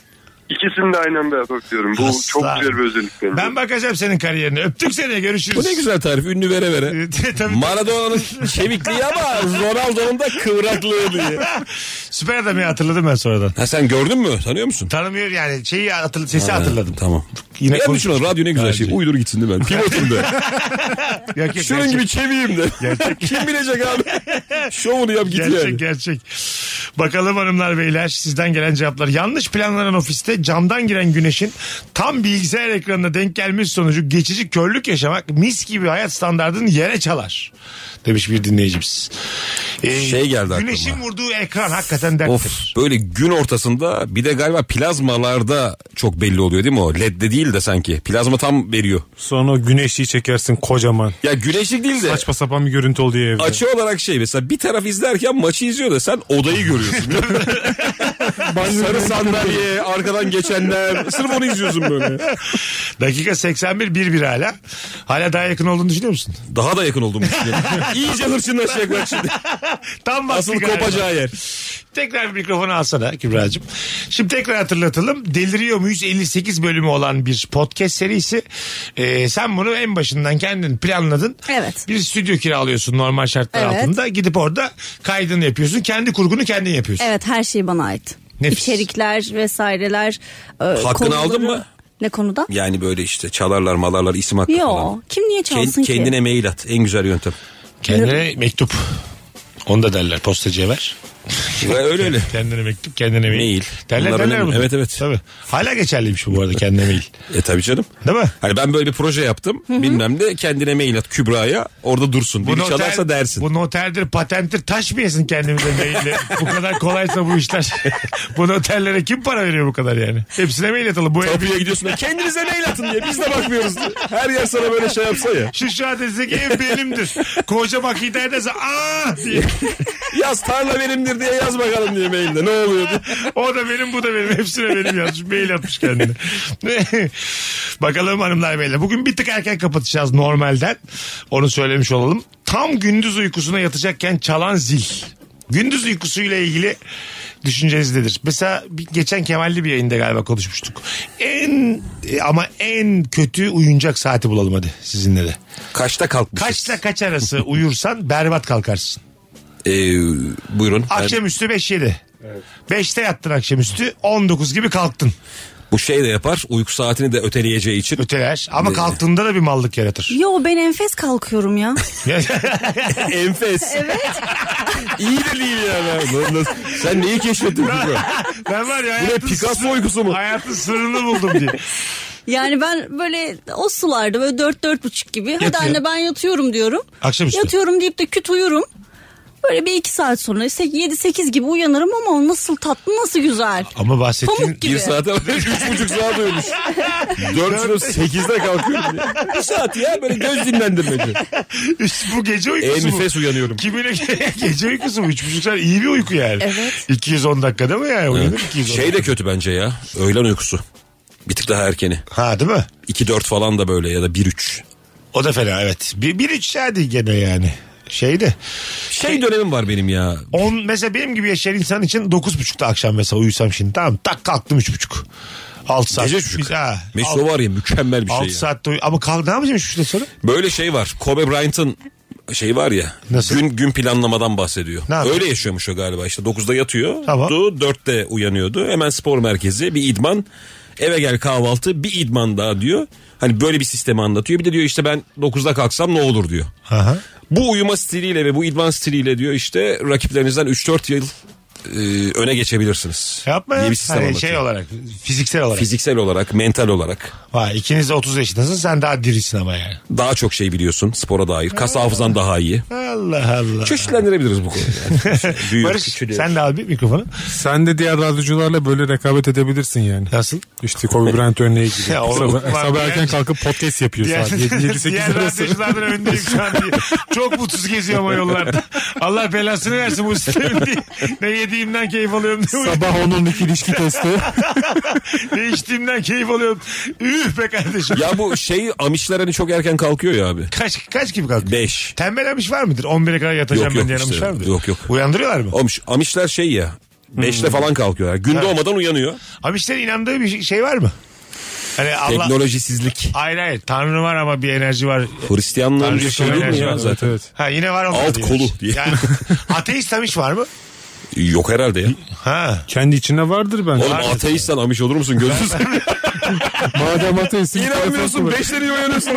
S12: İkisini de aynı anda yapabiliyorum. Bu
S2: Aslan.
S12: çok güzel bir özellik benim.
S2: Ben bakacağım senin kariyerine. Öptük seni görüşürüz.
S3: Bu ne güzel tarif ünlü vere vere.
S2: Tabii, tabii.
S3: Maradona'nın çevikliği ama Ronaldo'nun da kıvraklığı diye.
S2: Süper adamı hatırladım ben sonradan.
S3: Ha sen gördün mü? Tanıyor musun?
S2: Tanımıyor yani şeyi hatırla- sesi hatırladım.
S3: Tamam.
S2: Yine
S3: Yine ya
S2: konuşuruz.
S3: düşünün radyo ne güzel şey.
S2: Bence.
S3: Uydur gitsin de ben. Pivotum de.
S2: Yok, yok,
S3: Şunun
S2: gerçek.
S3: gibi çeviyim de.
S2: Gerçek.
S3: Kim bilecek abi? Şovunu yap git
S2: Gerçek
S3: yani.
S2: gerçek. Bakalım hanımlar beyler sizden gelen cevaplar. Yanlış planlanan ofiste camdan giren güneşin tam bilgisayar ekranına denk gelmesi sonucu geçici körlük yaşamak mis gibi hayat standartını yere çalar. Demiş bir dinleyicimiz. Ee,
S3: Şey geldi aklıma.
S2: Güneşin vurduğu ekran hakikaten derttir.
S3: Of böyle gün ortasında bir de galiba plazmalarda çok belli oluyor değil mi o? LED'de değil de sanki. Plazma tam veriyor.
S4: Sonra o güneşliği çekersin kocaman.
S3: Ya güneşlik değil de
S4: Saçma sapan bir görüntü oluyor evde.
S3: açı olarak şey mesela bir taraf izlerken maçı izliyor da sen odayı görüyorsun. Sarı sandalye, arkadan geçenler. Sırf onu izliyorsun böyle.
S2: Dakika 81 bir bir hala. Hala daha yakın olduğunu düşünüyor musun?
S3: Daha da yakın oldum düşünüyorum. İyice hırçınlaşacak bak şimdi.
S2: Tam vakti
S3: Asıl
S2: galiba.
S3: kopacağı yer.
S2: Tekrar bir mikrofonu alsana Kübra'cığım. Şimdi tekrar hatırlatalım. Deliriyor muyuz 58 bölümü olan bir podcast serisi. Ee, sen bunu en başından kendin planladın.
S10: Evet.
S2: Bir stüdyo kiralıyorsun normal şartlar
S10: Evet.
S2: altında. Gidip orada kaydını yapıyorsun. Kendi kurgunu kendin yapıyorsun.
S10: Evet her şey bana ait.
S2: Nefis.
S10: İçerikler vesaireler. e,
S3: Hakkını aldın mı?
S10: Ne konuda?
S3: Yani böyle işte çalarlar malarlar isim hakkı
S10: Yo
S3: falan.
S10: kim niye çalsın
S3: Kend-
S10: ki?
S3: kendine mail at en güzel yöntem.
S2: Kendine mektup. Onu da derler postacıya ver.
S3: Ve öyle öyle.
S2: Kendine mektup kendine mail.
S3: Mail.
S2: Derler
S3: Bunlar
S2: derler
S3: önemli.
S2: bunu.
S3: Evet, evet.
S2: Tabii. Hala geçerliymiş bu bu arada kendine mail.
S3: E tabii canım.
S2: Değil mi?
S3: Hani ben böyle bir proje yaptım. Bilmem de kendine mail at Kübra'ya. Orada dursun. Biri çalarsa dersin.
S2: Bu noterdir, patenttir. Taş mı yesin kendimize maille? bu kadar kolaysa bu işler. bu noterlere kim para veriyor bu kadar yani? Hepsine mail atalım. Bu
S3: Kapıya gidiyorsun da kendinize mail atın diye. Biz de bakmıyoruz. diye. Her yer sana böyle şey yapsa ya.
S2: şu şu adresindeki ev benimdir. Koca bak ederse aa diye.
S3: Yaz tarla benimdir diye yaz bakalım diye mailde. Ne oluyor diye.
S2: O da benim bu da benim. Hepsine benim yazmış. Mail atmış kendine. Bakalım hanımlar beyler. Bugün bir tık erken kapatacağız normalden. Onu söylemiş olalım. Tam gündüz uykusuna yatacakken çalan zil. Gündüz uykusuyla ilgili düşünceniz nedir? Mesela bir- geçen Kemal'li bir yayında galiba konuşmuştuk. En e, ama en kötü uyuncak saati bulalım hadi sizinle de.
S3: Kaçta kalkmışız?
S2: Kaçla kaç arası uyursan berbat kalkarsın.
S3: Ee, buyurun. Ben-
S2: Akşamüstü 5-7. 5'te yattın akşamüstü 19 gibi kalktın.
S3: bu şey de yapar. Uyku saatini de öteleyeceği için.
S2: Öteler ama kalktığında da bir mallık yaratır.
S10: Yo ben enfes kalkıyorum ya.
S3: Enfes.
S10: evet.
S3: İyi de değil yani. Lan nasıl- Sen neyi keşfettin? Kuzu?
S2: Ben var ya
S3: Bu ne Picasso uykusu mu?
S2: Hayatın sırrını buldum diye.
S10: Yani ben böyle o sularda böyle dört dört buçuk gibi. Hadi
S2: Yatıyor.
S10: anne ben yatıyorum diyorum.
S2: Akşamüstü.
S10: Yatıyorum deyip de küt uyurum. Böyle bir iki saat sonra işte yedi sekiz gibi uyanırım ama nasıl tatlı nasıl güzel.
S2: Ama bahsettiğin
S10: Pamuk gibi.
S3: Bir saate üç buçuk saat uyumuş. Dört sınıf sekizde kalkıyor. Bir saat ya böyle göz dinlendirmeci.
S2: Üst- bu gece uykusu mu?
S3: Enfes E, uyanıyorum.
S2: Kimine ge- gece uykusu mu? Üç buçuk saat iyi bir uyku yani.
S10: Evet.
S2: 210 dakikada mı yani? Uyanır 210
S3: Şey de kötü bence ya. Öğlen uykusu. Bir tık daha erkeni.
S2: Ha değil mi?
S3: 2-4 falan da böyle ya da 1-3.
S2: O da fena evet. Bir, bir üç saat değil gene yani. Şeyde.
S3: Şey dönemim var benim ya.
S2: On, mesela benim gibi yaşayan insan için dokuz buçukta akşam mesela uyusam şimdi tamam tak kalktım üç buçuk. Altı saat.
S3: Gece üç buçuk.
S2: Biz- ha,
S3: Mesut var ya mükemmel bir şey.
S2: Altı
S3: ya.
S2: saatte uyu- Ama kalk ne yapacağım üç buçukta sonra?
S3: Böyle şey var. Kobe Bryant'ın şey var ya.
S2: Nasıl?
S3: Gün gün planlamadan bahsediyor.
S2: Ne yapıyor?
S3: Öyle yaşıyormuş o galiba. İşte 9'da yatıyor.
S2: Tamam.
S3: 4'te uyanıyordu. Hemen spor merkezi bir idman. Eve gel kahvaltı bir idman daha diyor. Hani böyle bir sistemi anlatıyor. Bir de diyor işte ben 9'da kalksam ne olur diyor.
S2: Aha.
S3: Bu uyuma stiliyle ve bu idman stiliyle diyor işte rakiplerinizden 3-4 yıl e, öne geçebilirsiniz.
S2: Yapma
S3: Diye
S2: ya.
S3: bir sistem
S2: Hani
S3: anlatıyor.
S2: şey olarak fiziksel olarak.
S3: Fiziksel olarak, mental olarak.
S2: Vay, ikiniz de 30 yaşındasın sen daha dirisin ama yani.
S3: Daha çok şey biliyorsun spora dair. Kas hafızan daha iyi.
S2: Allah Allah.
S3: Çeşitlendirebiliriz bu konuyu. Yani. Büyür,
S2: Barış
S3: küçülür.
S2: sen de al bir mikrofonu.
S4: Sen de diğer radyocularla böyle rekabet edebilirsin yani.
S2: Nasıl?
S4: İşte Kobe Bryant örneği gibi.
S2: Ya oğlum,
S4: sabah,
S2: ulan
S4: sabah
S2: diğer-
S4: erken kalkıp podcast yapıyor
S2: Diğer,
S4: saat 7-8
S2: diğer
S4: arası.
S2: radyoculardan öndeyim şu an diye. Çok mutsuz geziyorum o yollarda. Allah belasını versin bu sistemin diye. Ne yediğimden keyif alıyorum diye.
S4: Sabah onun iki ilişki testi.
S2: ne içtiğimden keyif alıyorum. Üf be kardeşim.
S3: Ya bu şey Amişler hani çok erken kalkıyor ya abi.
S2: Kaç, kaç gibi kalkıyor?
S3: 5.
S2: Tembel amış var mıdır? 11'e kadar yatacağım
S3: Yok, yok
S2: ben diyen
S3: işte.
S2: amış var mıdır?
S3: Yok, yok.
S2: Uyandırıyorlar mı?
S3: Olmuş. Amişler şey ya. Beşte falan kalkıyorlar. Gün doğmadan uyanıyor.
S2: Amişlerin inandığı bir şey var mı? Hani Allah...
S3: Teknolojisizlik.
S2: Hayır hayır. Tanrı var ama bir enerji var.
S3: Hristiyanların bir şey değil mi ya
S2: Evet,
S3: zaten?
S2: Ha yine var onlar
S3: Alt
S2: diye.
S3: kolu diye.
S2: Yani, ateist amiş var mı?
S3: Yok herhalde ya.
S2: Ha.
S4: Kendi içine vardır bence.
S3: Oğlum ateistsen amiş olur musun? Gözünü seveyim.
S4: Madem ateistsin.
S3: İnanmıyorsun. Beşleri uyanıyorsun.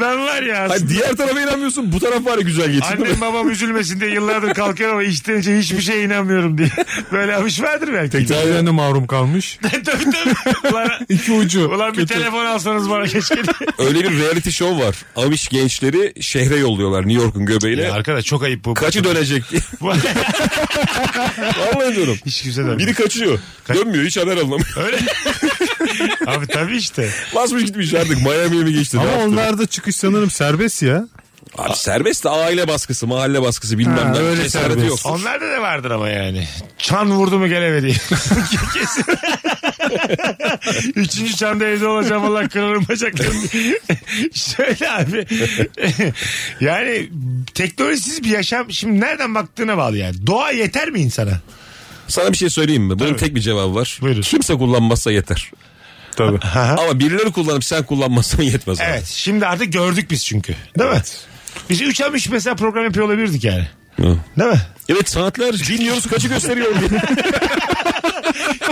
S2: Ben var ya.
S3: Hayır, diğer tarafa inanmıyorsun. Bu taraf var ya güzel geçti.
S2: Annem babam üzülmesin diye yıllardır kalkıyorum ama içten içe hiçbir şeye inanmıyorum diye. Böyle amış vardır belki.
S4: Diğerlerine mahrum kalmış.
S2: tabii tabii. Ulan,
S4: İki ucu.
S2: ulan bir
S4: Kötü.
S2: telefon alsanız bana keşke.
S3: Öyle bir reality show var. Amiş gençleri şehre yolluyorlar New York'un göbeğine.
S2: Ya arkadaş çok ayıp bu.
S3: Kaçı dönecek?
S2: Bu-
S3: Vallahi diyorum.
S2: Hiç kimse dönmüyor.
S3: Biri kaçıyor. Dönmüyor hiç haber alamıyor.
S2: Öyle. Abi tabii işte.
S3: Basmış gitmiş artık Miami'ye mi geçti? ne
S4: Ama
S3: yaptı?
S4: onlar da çıkış sanırım serbest ya.
S3: Abi serbest de aile baskısı, mahalle baskısı bilmem ne.
S4: öyle
S3: Cesareti yok.
S4: serbest.
S2: Onlarda da vardır ama yani. Çan vurdu mu gelemedi. Kesin. Üçüncü çanda evde olacağım Allah kırarım bacaklarını. Şöyle abi. yani teknolojisiz bir yaşam şimdi nereden baktığına bağlı yani. Doğa yeter mi insana?
S3: Sana bir şey söyleyeyim mi? Bunun tek bir cevabı var.
S2: Buyurun.
S3: Kimse kullanmazsa yeter.
S4: Tabii.
S3: Ama birileri kullanıp sen kullanmazsan yetmez. abi.
S2: Evet. Şimdi artık gördük biz çünkü. Değil mi? Biz 3 amış mesela program yapıyor olabilirdik yani.
S3: Hı.
S2: Değil mi?
S3: Evet saatler dinliyoruz kaçı gösteriyor.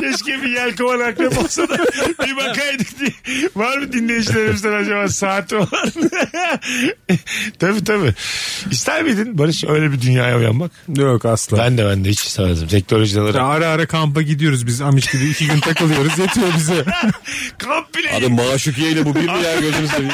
S2: Keşke bir yelkovan akrep olsa da bir bakaydık diye. Var mı dinleyicilerimizden acaba saati olan? tabii tabii. İster miydin Barış öyle bir dünyaya uyanmak?
S4: Yok asla.
S2: Ben de ben de hiç istemezdim. Teknolojiden
S4: Ya
S2: olarak.
S4: ara ara kampa gidiyoruz biz Amiş gibi. iki gün takılıyoruz yetiyor bize.
S2: Kamp bile
S3: Abi maaşukiye ile bu bir mi ya gözünü seveyim.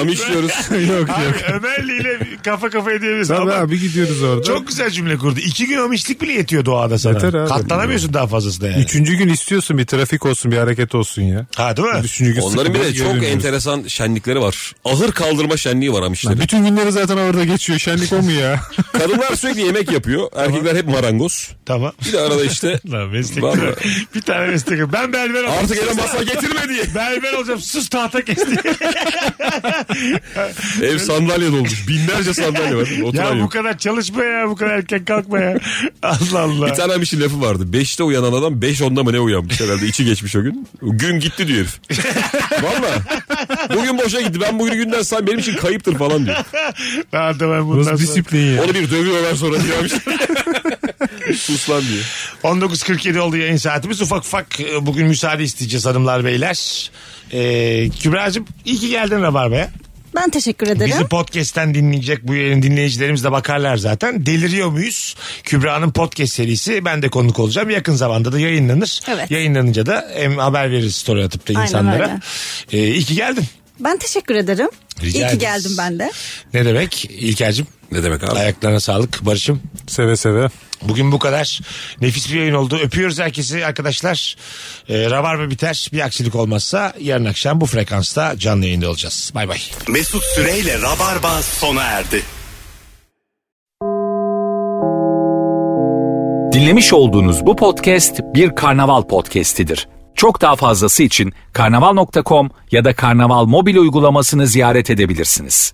S3: Amiş diyoruz.
S4: yok
S2: Abi
S4: yok.
S2: Ömerli ile kafa kafaya diyebiliriz.
S4: Tabii
S2: Ama
S4: abi gidiyoruz orada.
S2: Çok güzel cümle kurdu. İki gün amişlik bile yetiyor doğada sana.
S4: Yeter abi.
S2: Katlanamıyorsun daha fazlasına yani.
S4: Üçüncü gün istiyorsun bir trafik olsun bir hareket olsun ya.
S2: Ha değil mi?
S4: Üçüncü gün
S3: Onların bir de
S4: sıkılıyoruz,
S3: çok
S4: geri dönüyoruz.
S3: enteresan şenlikleri var. Ahır kaldırma şenliği var
S4: Lan
S3: Amişlerin.
S4: bütün günleri zaten orada geçiyor. Şenlik o mu ya?
S3: Kadınlar sürekli yemek yapıyor. Erkekler hep marangoz.
S2: Tamam.
S3: Bir de arada işte
S2: Lan meslek.
S3: Vallahi.
S2: bir tane meslek. Ben berber olayım.
S3: artık ele masa getirme diye.
S2: Berber olacağım. Sus tahta kes diye.
S3: Ev sandalye dolmuş. Binlerce sandalye var. Oturan
S2: Ya bu
S3: yok.
S2: kadar çalışma ya bu kadar erken kalkma ya. Allah Allah.
S3: Bir tane bir şey lafı vardı. Beşte uyanan adam beş onda mı ne uyanmış herhalde. içi geçmiş o gün. Gün gitti diyor herif. Valla. Bugün boşa gitti. Ben bugün günden say benim için kayıptır falan diyor.
S2: Daha da ben bundan
S3: Nasıl
S2: sonra-
S3: disiplin ya? Onu bir dövüyorlar sonra diyormuş.
S2: 19.47 oldu yayın saatimiz. Ufak ufak e, bugün müsaade isteyeceğiz hanımlar beyler. Ee, Kübra'cığım iyi ki geldin Rabarba'ya.
S10: Ben teşekkür ederim.
S2: Bizi podcast'ten dinleyecek bu yayın dinleyicilerimiz de bakarlar zaten. Deliriyor muyuz? Kübra'nın podcast serisi ben de konuk olacağım. Yakın zamanda da yayınlanır.
S10: Evet.
S2: Yayınlanınca da hem haber veririz story atıp da
S10: Aynen
S2: insanlara.
S10: öyle.
S2: Ee, iyi ki geldin.
S10: Ben teşekkür ederim.
S2: Rica
S10: İyi ki
S2: ederiz.
S10: geldim ben de.
S2: Ne demek İlker'cim?
S3: Ne demek abi?
S2: Ayaklarına sağlık Barış'ım.
S4: Seve seve.
S2: Bugün bu kadar. Nefis bir yayın oldu. Öpüyoruz herkesi arkadaşlar. Ee, Rabarba biter. Bir aksilik olmazsa yarın akşam bu frekansta canlı yayında olacağız. Bay bay.
S1: Mesut Süreyle Rabarba sona erdi.
S13: Dinlemiş olduğunuz bu podcast bir karnaval podcastidir. Çok daha fazlası için karnaval.com ya da karnaval mobil uygulamasını ziyaret edebilirsiniz.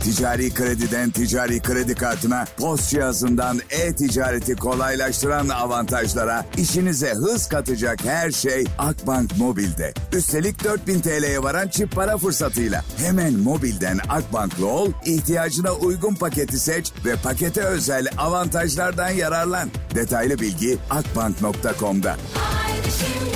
S9: Ticari krediden ticari kredi kartına, post cihazından e-ticareti kolaylaştıran avantajlara, işinize hız katacak her şey Akbank Mobil'de. Üstelik 4000 TL'ye varan çift para fırsatıyla. Hemen mobilden Akbank'lı ol, ihtiyacına uygun paketi seç ve pakete özel avantajlardan yararlan. Detaylı bilgi akbank.com'da.
S6: Haydi şimdi